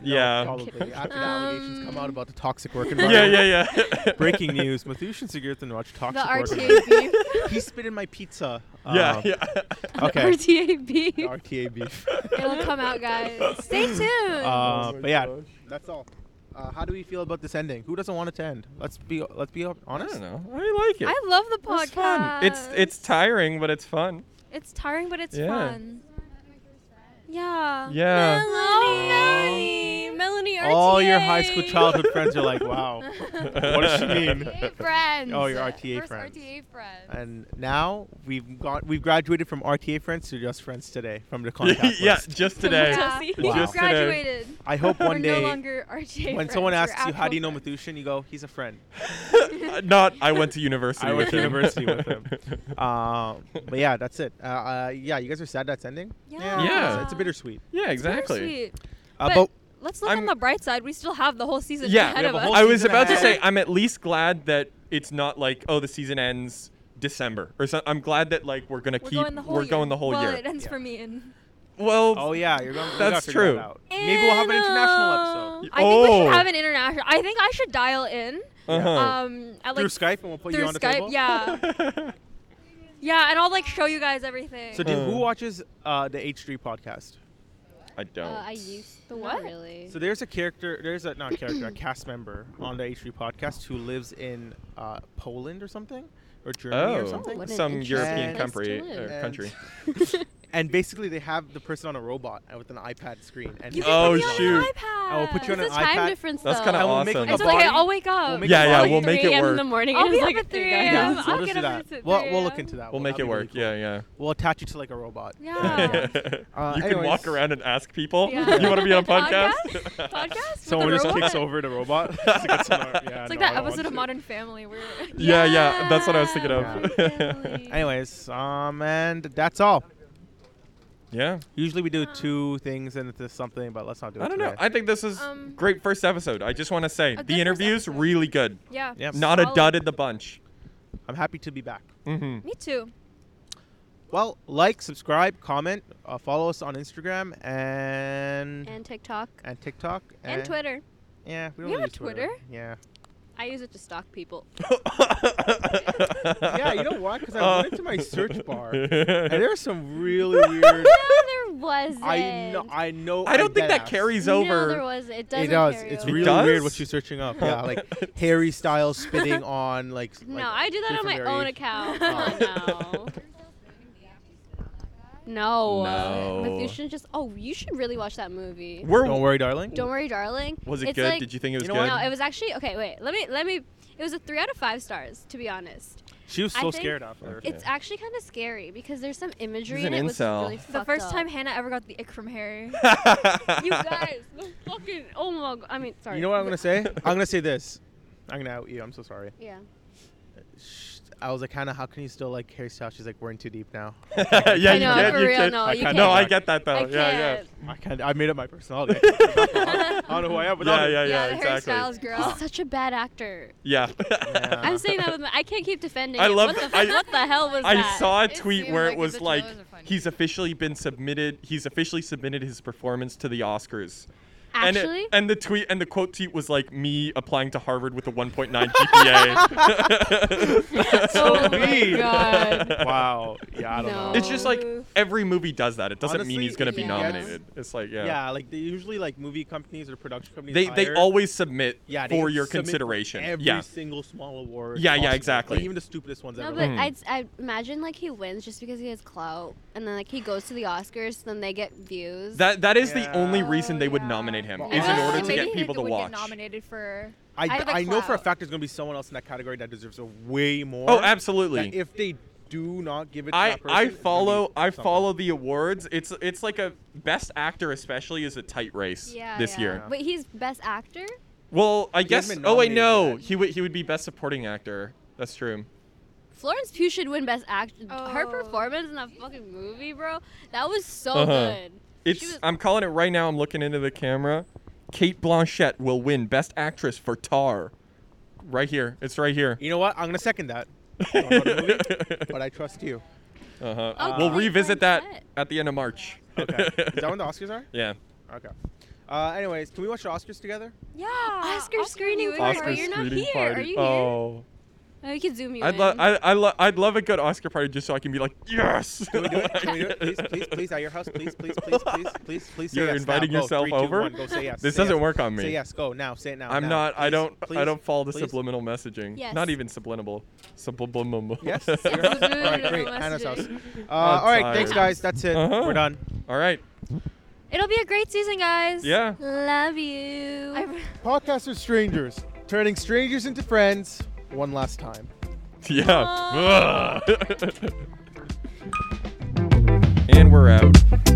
Speaker 1: No,
Speaker 4: yeah.
Speaker 1: probably after the allegations come
Speaker 3: Um,
Speaker 1: out about the toxic work
Speaker 4: yeah,
Speaker 1: environment.
Speaker 4: yeah, yeah.
Speaker 1: Breaking news: Mathusian Sigurdsson watched
Speaker 6: the
Speaker 1: toxic work. environment.
Speaker 6: RTAB.
Speaker 1: he spit in my pizza.
Speaker 4: yeah,
Speaker 1: Um,
Speaker 4: yeah.
Speaker 1: Okay. The
Speaker 3: RTAB.
Speaker 1: RTA beef.
Speaker 6: It'll come out, guys. Stay tuned.
Speaker 1: Uh,
Speaker 4: my
Speaker 1: but yeah,
Speaker 4: gosh.
Speaker 1: that's all. Uh, how do we feel about this ending? Who doesn't want it to end? Let's be let's be
Speaker 4: I
Speaker 1: honest.
Speaker 4: don't know. I like it.
Speaker 6: I love the podcast.
Speaker 4: It's fun. It's it's tiring, but it's fun.
Speaker 6: It's tiring, but it's
Speaker 4: Yeah.
Speaker 6: fun. Yeah.
Speaker 4: Yeah.
Speaker 6: Melanie. Melanie.
Speaker 3: Melanie,
Speaker 4: Oh,
Speaker 1: all your high school childhood friends are like, wow, what does she mean?
Speaker 2: RTA friends.
Speaker 1: Oh, your RTA
Speaker 2: First
Speaker 1: friends.
Speaker 2: RTA friends.
Speaker 1: And now we've got we've graduated from RTA friends to just friends today from the contact
Speaker 4: yeah,
Speaker 1: list.
Speaker 4: just today.
Speaker 6: Yeah.
Speaker 1: Wow.
Speaker 4: Just today.
Speaker 6: Graduated.
Speaker 1: I hope
Speaker 6: We're
Speaker 1: one
Speaker 6: no
Speaker 1: day
Speaker 6: longer RJ
Speaker 1: when
Speaker 6: friends,
Speaker 1: someone
Speaker 6: we're
Speaker 1: asks you how
Speaker 6: actual
Speaker 1: do you know
Speaker 6: friends."
Speaker 1: Mithushin, you go, he's a friend.
Speaker 4: Uh, Not I went to university.
Speaker 1: I went
Speaker 4: with
Speaker 1: to
Speaker 4: him.
Speaker 1: university with him. Um, but yeah, that's it. Uh, uh, yeah, you guys are sad that's ending.
Speaker 4: Yeah.
Speaker 1: it's, it's a bittersweet.
Speaker 4: yeah, exactly.
Speaker 6: Bittersweet.
Speaker 1: Uh,
Speaker 6: But-
Speaker 1: but
Speaker 6: Let's look
Speaker 4: I'm-
Speaker 6: on the bright side. We still have the whole season
Speaker 4: Yeah,
Speaker 6: ahead
Speaker 1: we
Speaker 6: of
Speaker 1: have
Speaker 6: us.
Speaker 1: a whole
Speaker 4: I was
Speaker 1: season
Speaker 4: about to
Speaker 1: ahead.
Speaker 4: say I'm at least glad that it's not like oh the season ends December or so. I'm glad that like we're gonna
Speaker 6: we're
Speaker 4: keep
Speaker 6: going the whole
Speaker 4: we're
Speaker 6: year.
Speaker 4: going the whole
Speaker 6: well,
Speaker 4: year.
Speaker 6: it ends
Speaker 1: Yeah.
Speaker 6: for me in.
Speaker 4: Well,
Speaker 1: oh yeah, you're going.
Speaker 4: That's true.
Speaker 1: Maybe we'll have an international episode
Speaker 4: episode.
Speaker 6: I think we
Speaker 4: Oh.
Speaker 6: should have an international. I think I should dial in.
Speaker 4: uh-huh.
Speaker 6: Um, at like
Speaker 1: through Skype, and we'll put
Speaker 6: through
Speaker 1: you on the
Speaker 6: Skype.
Speaker 1: table.
Speaker 6: Yeah, yeah, and I'll like show you guys everything.
Speaker 1: So, dude, who
Speaker 4: Uh.
Speaker 1: watches uh, the H3 podcast?
Speaker 4: I don't.
Speaker 3: Uh, I used
Speaker 6: The
Speaker 3: the
Speaker 6: what?
Speaker 3: what? Really.
Speaker 1: So there's a character, there's a not character, a cast member on the H3 podcast who lives in uh, Poland or something, or Germany or
Speaker 4: Oh.
Speaker 1: something.
Speaker 3: What an
Speaker 4: Some
Speaker 3: interesting
Speaker 1: place
Speaker 4: European
Speaker 1: to
Speaker 4: country.
Speaker 3: live.
Speaker 4: Uh, country.
Speaker 1: And basically, they have the person on a robot and with an iPad screen. And
Speaker 6: you
Speaker 1: he's
Speaker 6: can
Speaker 4: Oh,
Speaker 6: put me
Speaker 4: shoot.
Speaker 6: On an iPad.
Speaker 1: I will put you on
Speaker 3: What's
Speaker 1: an
Speaker 3: the time
Speaker 1: iPad.
Speaker 3: difference
Speaker 4: That's
Speaker 3: though?
Speaker 4: kinda
Speaker 1: And we'll make
Speaker 4: awesome.
Speaker 1: like
Speaker 6: It's
Speaker 1: a
Speaker 6: okay.
Speaker 1: body-
Speaker 6: I'll wake up.
Speaker 1: We'll make
Speaker 4: Yeah,
Speaker 1: it
Speaker 4: yeah,
Speaker 1: work.
Speaker 4: we'll make it
Speaker 3: 3 a.m.
Speaker 4: work.
Speaker 3: in the morning.
Speaker 6: I'll
Speaker 3: and
Speaker 6: be
Speaker 3: it's
Speaker 6: up
Speaker 3: like
Speaker 6: at 3
Speaker 3: a.m.
Speaker 1: Yeah,
Speaker 6: a.m.
Speaker 1: so
Speaker 6: I'll
Speaker 1: let's
Speaker 6: get
Speaker 1: do
Speaker 6: up
Speaker 1: that.
Speaker 6: at 3
Speaker 1: We'll, we'll
Speaker 6: a.m.
Speaker 1: look into that.
Speaker 4: We'll make
Speaker 1: that'd
Speaker 4: it
Speaker 1: be really
Speaker 4: work. Yeah, yeah.
Speaker 1: cool. We'll attach you to like a robot.
Speaker 6: Yeah.
Speaker 1: Uh,
Speaker 4: you can
Speaker 1: anyways.
Speaker 4: walk around and ask people.
Speaker 6: Yeah.
Speaker 4: You want to be on a podcast?
Speaker 6: Podcast? Podcast? with
Speaker 1: Someone
Speaker 6: a
Speaker 1: just
Speaker 6: robot?
Speaker 1: kicks over the robot.
Speaker 4: It's like,
Speaker 1: it's
Speaker 6: It's like that episode of Modern Family where.
Speaker 4: yeah, yeah. That's what I was thinking
Speaker 6: Yeah.
Speaker 4: of.
Speaker 1: Anyways, um, and that's all.
Speaker 4: yeah.
Speaker 1: Usually we do two things and it's something, but let's not do it.
Speaker 4: I don't know.
Speaker 1: today.
Speaker 4: I think this is
Speaker 6: Um,
Speaker 4: great first episode. I just want to say
Speaker 6: good
Speaker 4: the
Speaker 6: first
Speaker 4: interviews
Speaker 6: episode.
Speaker 4: really good.
Speaker 6: Yeah.
Speaker 1: Yep.
Speaker 4: Not a
Speaker 6: Solid.
Speaker 4: dud in the bunch.
Speaker 1: I'm happy to be back.
Speaker 4: Mm-hmm.
Speaker 6: Me too.
Speaker 1: Well, like, subscribe, comment, uh, follow us on Instagram and and,
Speaker 3: And TikTok.
Speaker 1: TikTok
Speaker 4: Eh.
Speaker 3: And Twitter.
Speaker 1: Yeah, we don't
Speaker 6: You
Speaker 1: really
Speaker 6: have
Speaker 1: use
Speaker 6: a Twitter?
Speaker 1: Yeah.
Speaker 3: I use it to stalk people.
Speaker 1: yeah, you know why? Because
Speaker 4: Uh,
Speaker 1: I went into my search bar and there are some really
Speaker 3: no,
Speaker 1: weird.
Speaker 3: there wasn't.
Speaker 1: I know. I know.
Speaker 4: I don't think
Speaker 1: dead
Speaker 4: that
Speaker 1: ass.
Speaker 4: carries
Speaker 3: No, there
Speaker 4: over.
Speaker 3: wasn't. It
Speaker 1: It
Speaker 3: doesn't.
Speaker 1: does.
Speaker 3: carry
Speaker 1: It's
Speaker 3: over.
Speaker 1: really
Speaker 4: does?
Speaker 1: weird what you're searching up. Yeah, like Harry Styles spitting on like. s- like
Speaker 3: no, I do that on
Speaker 1: different
Speaker 3: my own
Speaker 1: variation.
Speaker 3: account. Come on now.
Speaker 4: Oh.
Speaker 3: No.
Speaker 4: No.
Speaker 3: But you should just. Oh, you should really watch that movie.
Speaker 4: We're,
Speaker 1: Don't worry, darling.
Speaker 3: Don't worry, darling.
Speaker 4: was it
Speaker 3: It's
Speaker 4: good?
Speaker 3: like-
Speaker 4: Did you think it was
Speaker 1: You know
Speaker 4: good?
Speaker 1: what?
Speaker 3: No, it was actually okay. Wait, let me let me. It was a three out of five stars, to be honest.
Speaker 1: She was
Speaker 3: I
Speaker 1: so
Speaker 3: think
Speaker 1: scared after.
Speaker 4: Okay.
Speaker 3: It's actually kind of scary because there's some imagery
Speaker 4: He's
Speaker 3: in
Speaker 4: an
Speaker 3: it. Which is
Speaker 4: incel.
Speaker 3: really
Speaker 6: The
Speaker 3: fucked
Speaker 6: first
Speaker 3: up.
Speaker 6: time Hannah ever got the ick from Harry.
Speaker 3: you guys, the fucking oh my god. I mean, sorry.
Speaker 1: You know what I'm gonna say? I'm gonna say this. I'm gonna out you. I'm so sorry.
Speaker 3: Yeah.
Speaker 1: Sh- I was like, Hannah, how can you still like Harry Styles? She's like, we're in too deep now.
Speaker 4: yeah, you
Speaker 3: know,
Speaker 4: can.
Speaker 3: for
Speaker 4: you
Speaker 3: real,
Speaker 4: can.
Speaker 3: no,
Speaker 1: I you can't.
Speaker 4: No, I
Speaker 1: can't.
Speaker 4: get that though.
Speaker 3: I
Speaker 4: yeah, yeah.
Speaker 3: can't.
Speaker 1: I can't. I made it my personality. I don't know who I am without
Speaker 4: Yeah,
Speaker 1: it.
Speaker 4: yeah, yeah,
Speaker 6: the Harry
Speaker 4: exactly.
Speaker 6: Styles girl.
Speaker 3: He's such a bad actor.
Speaker 4: Yeah.
Speaker 1: Yeah.
Speaker 3: I'm saying that with my. I can't keep defending.
Speaker 4: I
Speaker 3: him.
Speaker 4: love-
Speaker 3: What the,
Speaker 4: I-
Speaker 3: what the hell was
Speaker 4: I
Speaker 3: that?
Speaker 4: saw a
Speaker 2: It
Speaker 4: tweet
Speaker 2: seemed
Speaker 4: where
Speaker 2: like
Speaker 4: it
Speaker 2: it,
Speaker 4: was
Speaker 2: the
Speaker 4: like
Speaker 2: trailers are funny.
Speaker 4: he's officially been submitted. He's officially submitted his performance to the Oscars. And, it-
Speaker 3: Actually,
Speaker 4: and the tweet and the quote tweet was like me applying to Harvard with a 1.9 GPA.
Speaker 1: so
Speaker 6: Oh my God.
Speaker 1: Wow. Yeah, I don't
Speaker 3: No.
Speaker 1: know.
Speaker 4: It's just like every movie does that. It doesn't mean
Speaker 1: Honestly,
Speaker 4: he's gonna be
Speaker 3: yeah.
Speaker 4: nominated. It's like
Speaker 1: yeah.
Speaker 4: yeah.
Speaker 1: like they usually like movie companies or production companies.
Speaker 4: They they
Speaker 1: hire-
Speaker 4: always submit
Speaker 1: yeah, they
Speaker 4: for your
Speaker 1: submit
Speaker 4: consideration.
Speaker 1: Every
Speaker 4: yeah.
Speaker 1: single small award.
Speaker 4: Yeah, yeah,
Speaker 1: possible.
Speaker 4: exactly.
Speaker 1: Like, even the stupidest ones.
Speaker 3: no,
Speaker 1: ever.
Speaker 3: but
Speaker 4: Mm.
Speaker 3: I'd, I imagine like he wins just because he has clout, and then like he goes to the Oscars, then they get views.
Speaker 4: That that is
Speaker 1: Yeah.
Speaker 4: the only
Speaker 1: Oh,
Speaker 4: reason they would
Speaker 6: yeah.
Speaker 4: nominate him
Speaker 1: Well,
Speaker 4: is in
Speaker 1: honestly,
Speaker 4: order to
Speaker 1: maybe
Speaker 4: get
Speaker 6: he
Speaker 4: people to
Speaker 6: would
Speaker 4: watch.
Speaker 6: Get nominated for.
Speaker 1: I,
Speaker 6: I have a
Speaker 1: I know for a
Speaker 6: clout.
Speaker 1: fact there's gonna be someone else in that category that deserves a way more.
Speaker 4: Oh,
Speaker 1: that
Speaker 4: absolutely.
Speaker 1: if they do not give it, to
Speaker 4: I,
Speaker 1: that person,
Speaker 4: I
Speaker 1: it's gonna be
Speaker 4: follow I
Speaker 1: something.
Speaker 4: follow the awards. It's it's like a best actor especially is a tight race
Speaker 3: yeah.
Speaker 4: this
Speaker 3: yeah.
Speaker 4: year.
Speaker 3: But he's best actor.
Speaker 4: Well, I
Speaker 1: He
Speaker 4: guess.
Speaker 1: hasn't been
Speaker 4: Oh wait, no,
Speaker 1: nominated yet.
Speaker 4: he would he would be best supporting actor. That's true.
Speaker 3: Florence Pugh should win Best Actor. Her
Speaker 6: Oh.
Speaker 3: performance in that fucking movie, bro, that was so
Speaker 4: Uh-huh.
Speaker 3: good.
Speaker 4: It's
Speaker 3: was-
Speaker 4: I'm calling it right now. I'm looking into the camera. Kate Blanchett will win best actress for Tar. Right here, it's right here.
Speaker 1: You know what? I'm gonna second that. Not about the movie,
Speaker 4: uh-huh.
Speaker 1: but I trust you.
Speaker 3: Oh,
Speaker 4: we'll
Speaker 3: Kate
Speaker 4: revisit that
Speaker 3: Blanchett.
Speaker 4: at the end of March.
Speaker 1: Okay. Is that when the Oscars are?
Speaker 4: yeah.
Speaker 1: Okay. Uh, anyways, can we watch the Oscars together?
Speaker 6: Yeah.
Speaker 3: Oscar screening
Speaker 6: viewing
Speaker 3: party.
Speaker 6: party.
Speaker 3: You're not
Speaker 4: screening
Speaker 3: here.
Speaker 4: party.
Speaker 3: Are you
Speaker 4: oh.
Speaker 3: here? Oh, we could zoom you
Speaker 4: I'd
Speaker 3: in.
Speaker 4: love I I lo- I'd love a good Oscar party just so I can be like yes.
Speaker 1: Can we do it? Can we do it? Please, please, please, at your house, please, please, please, please, please, please. say
Speaker 4: You're
Speaker 1: yes
Speaker 4: inviting
Speaker 1: now. Go.
Speaker 4: yourself
Speaker 1: Three, two,
Speaker 4: over?
Speaker 1: one. Go say yes.
Speaker 4: This
Speaker 1: Say
Speaker 4: doesn't
Speaker 1: yes.
Speaker 4: work on me.
Speaker 1: Say yes. Go now. Say it now.
Speaker 4: I'm
Speaker 1: now.
Speaker 4: not. I
Speaker 1: Please,
Speaker 4: don't.
Speaker 1: Please,
Speaker 4: I don't follow the
Speaker 1: please.
Speaker 4: subliminal messaging.
Speaker 3: Yes.
Speaker 4: Not even subliminal. Subliminal.
Speaker 1: Yes. Yes. All right, great.
Speaker 6: Messaging.
Speaker 1: Hannah's house. Uh,
Speaker 4: I'm
Speaker 1: all right. Thanks,
Speaker 4: tired.
Speaker 1: guys. That's it.
Speaker 4: Uh-huh.
Speaker 1: We're done.
Speaker 4: All right.
Speaker 3: It'll be a great season, guys.
Speaker 4: Yeah.
Speaker 3: Love you.
Speaker 6: I,
Speaker 1: Podcasters, strangers, turning strangers into friends one last time.
Speaker 4: Yeah. and we're out.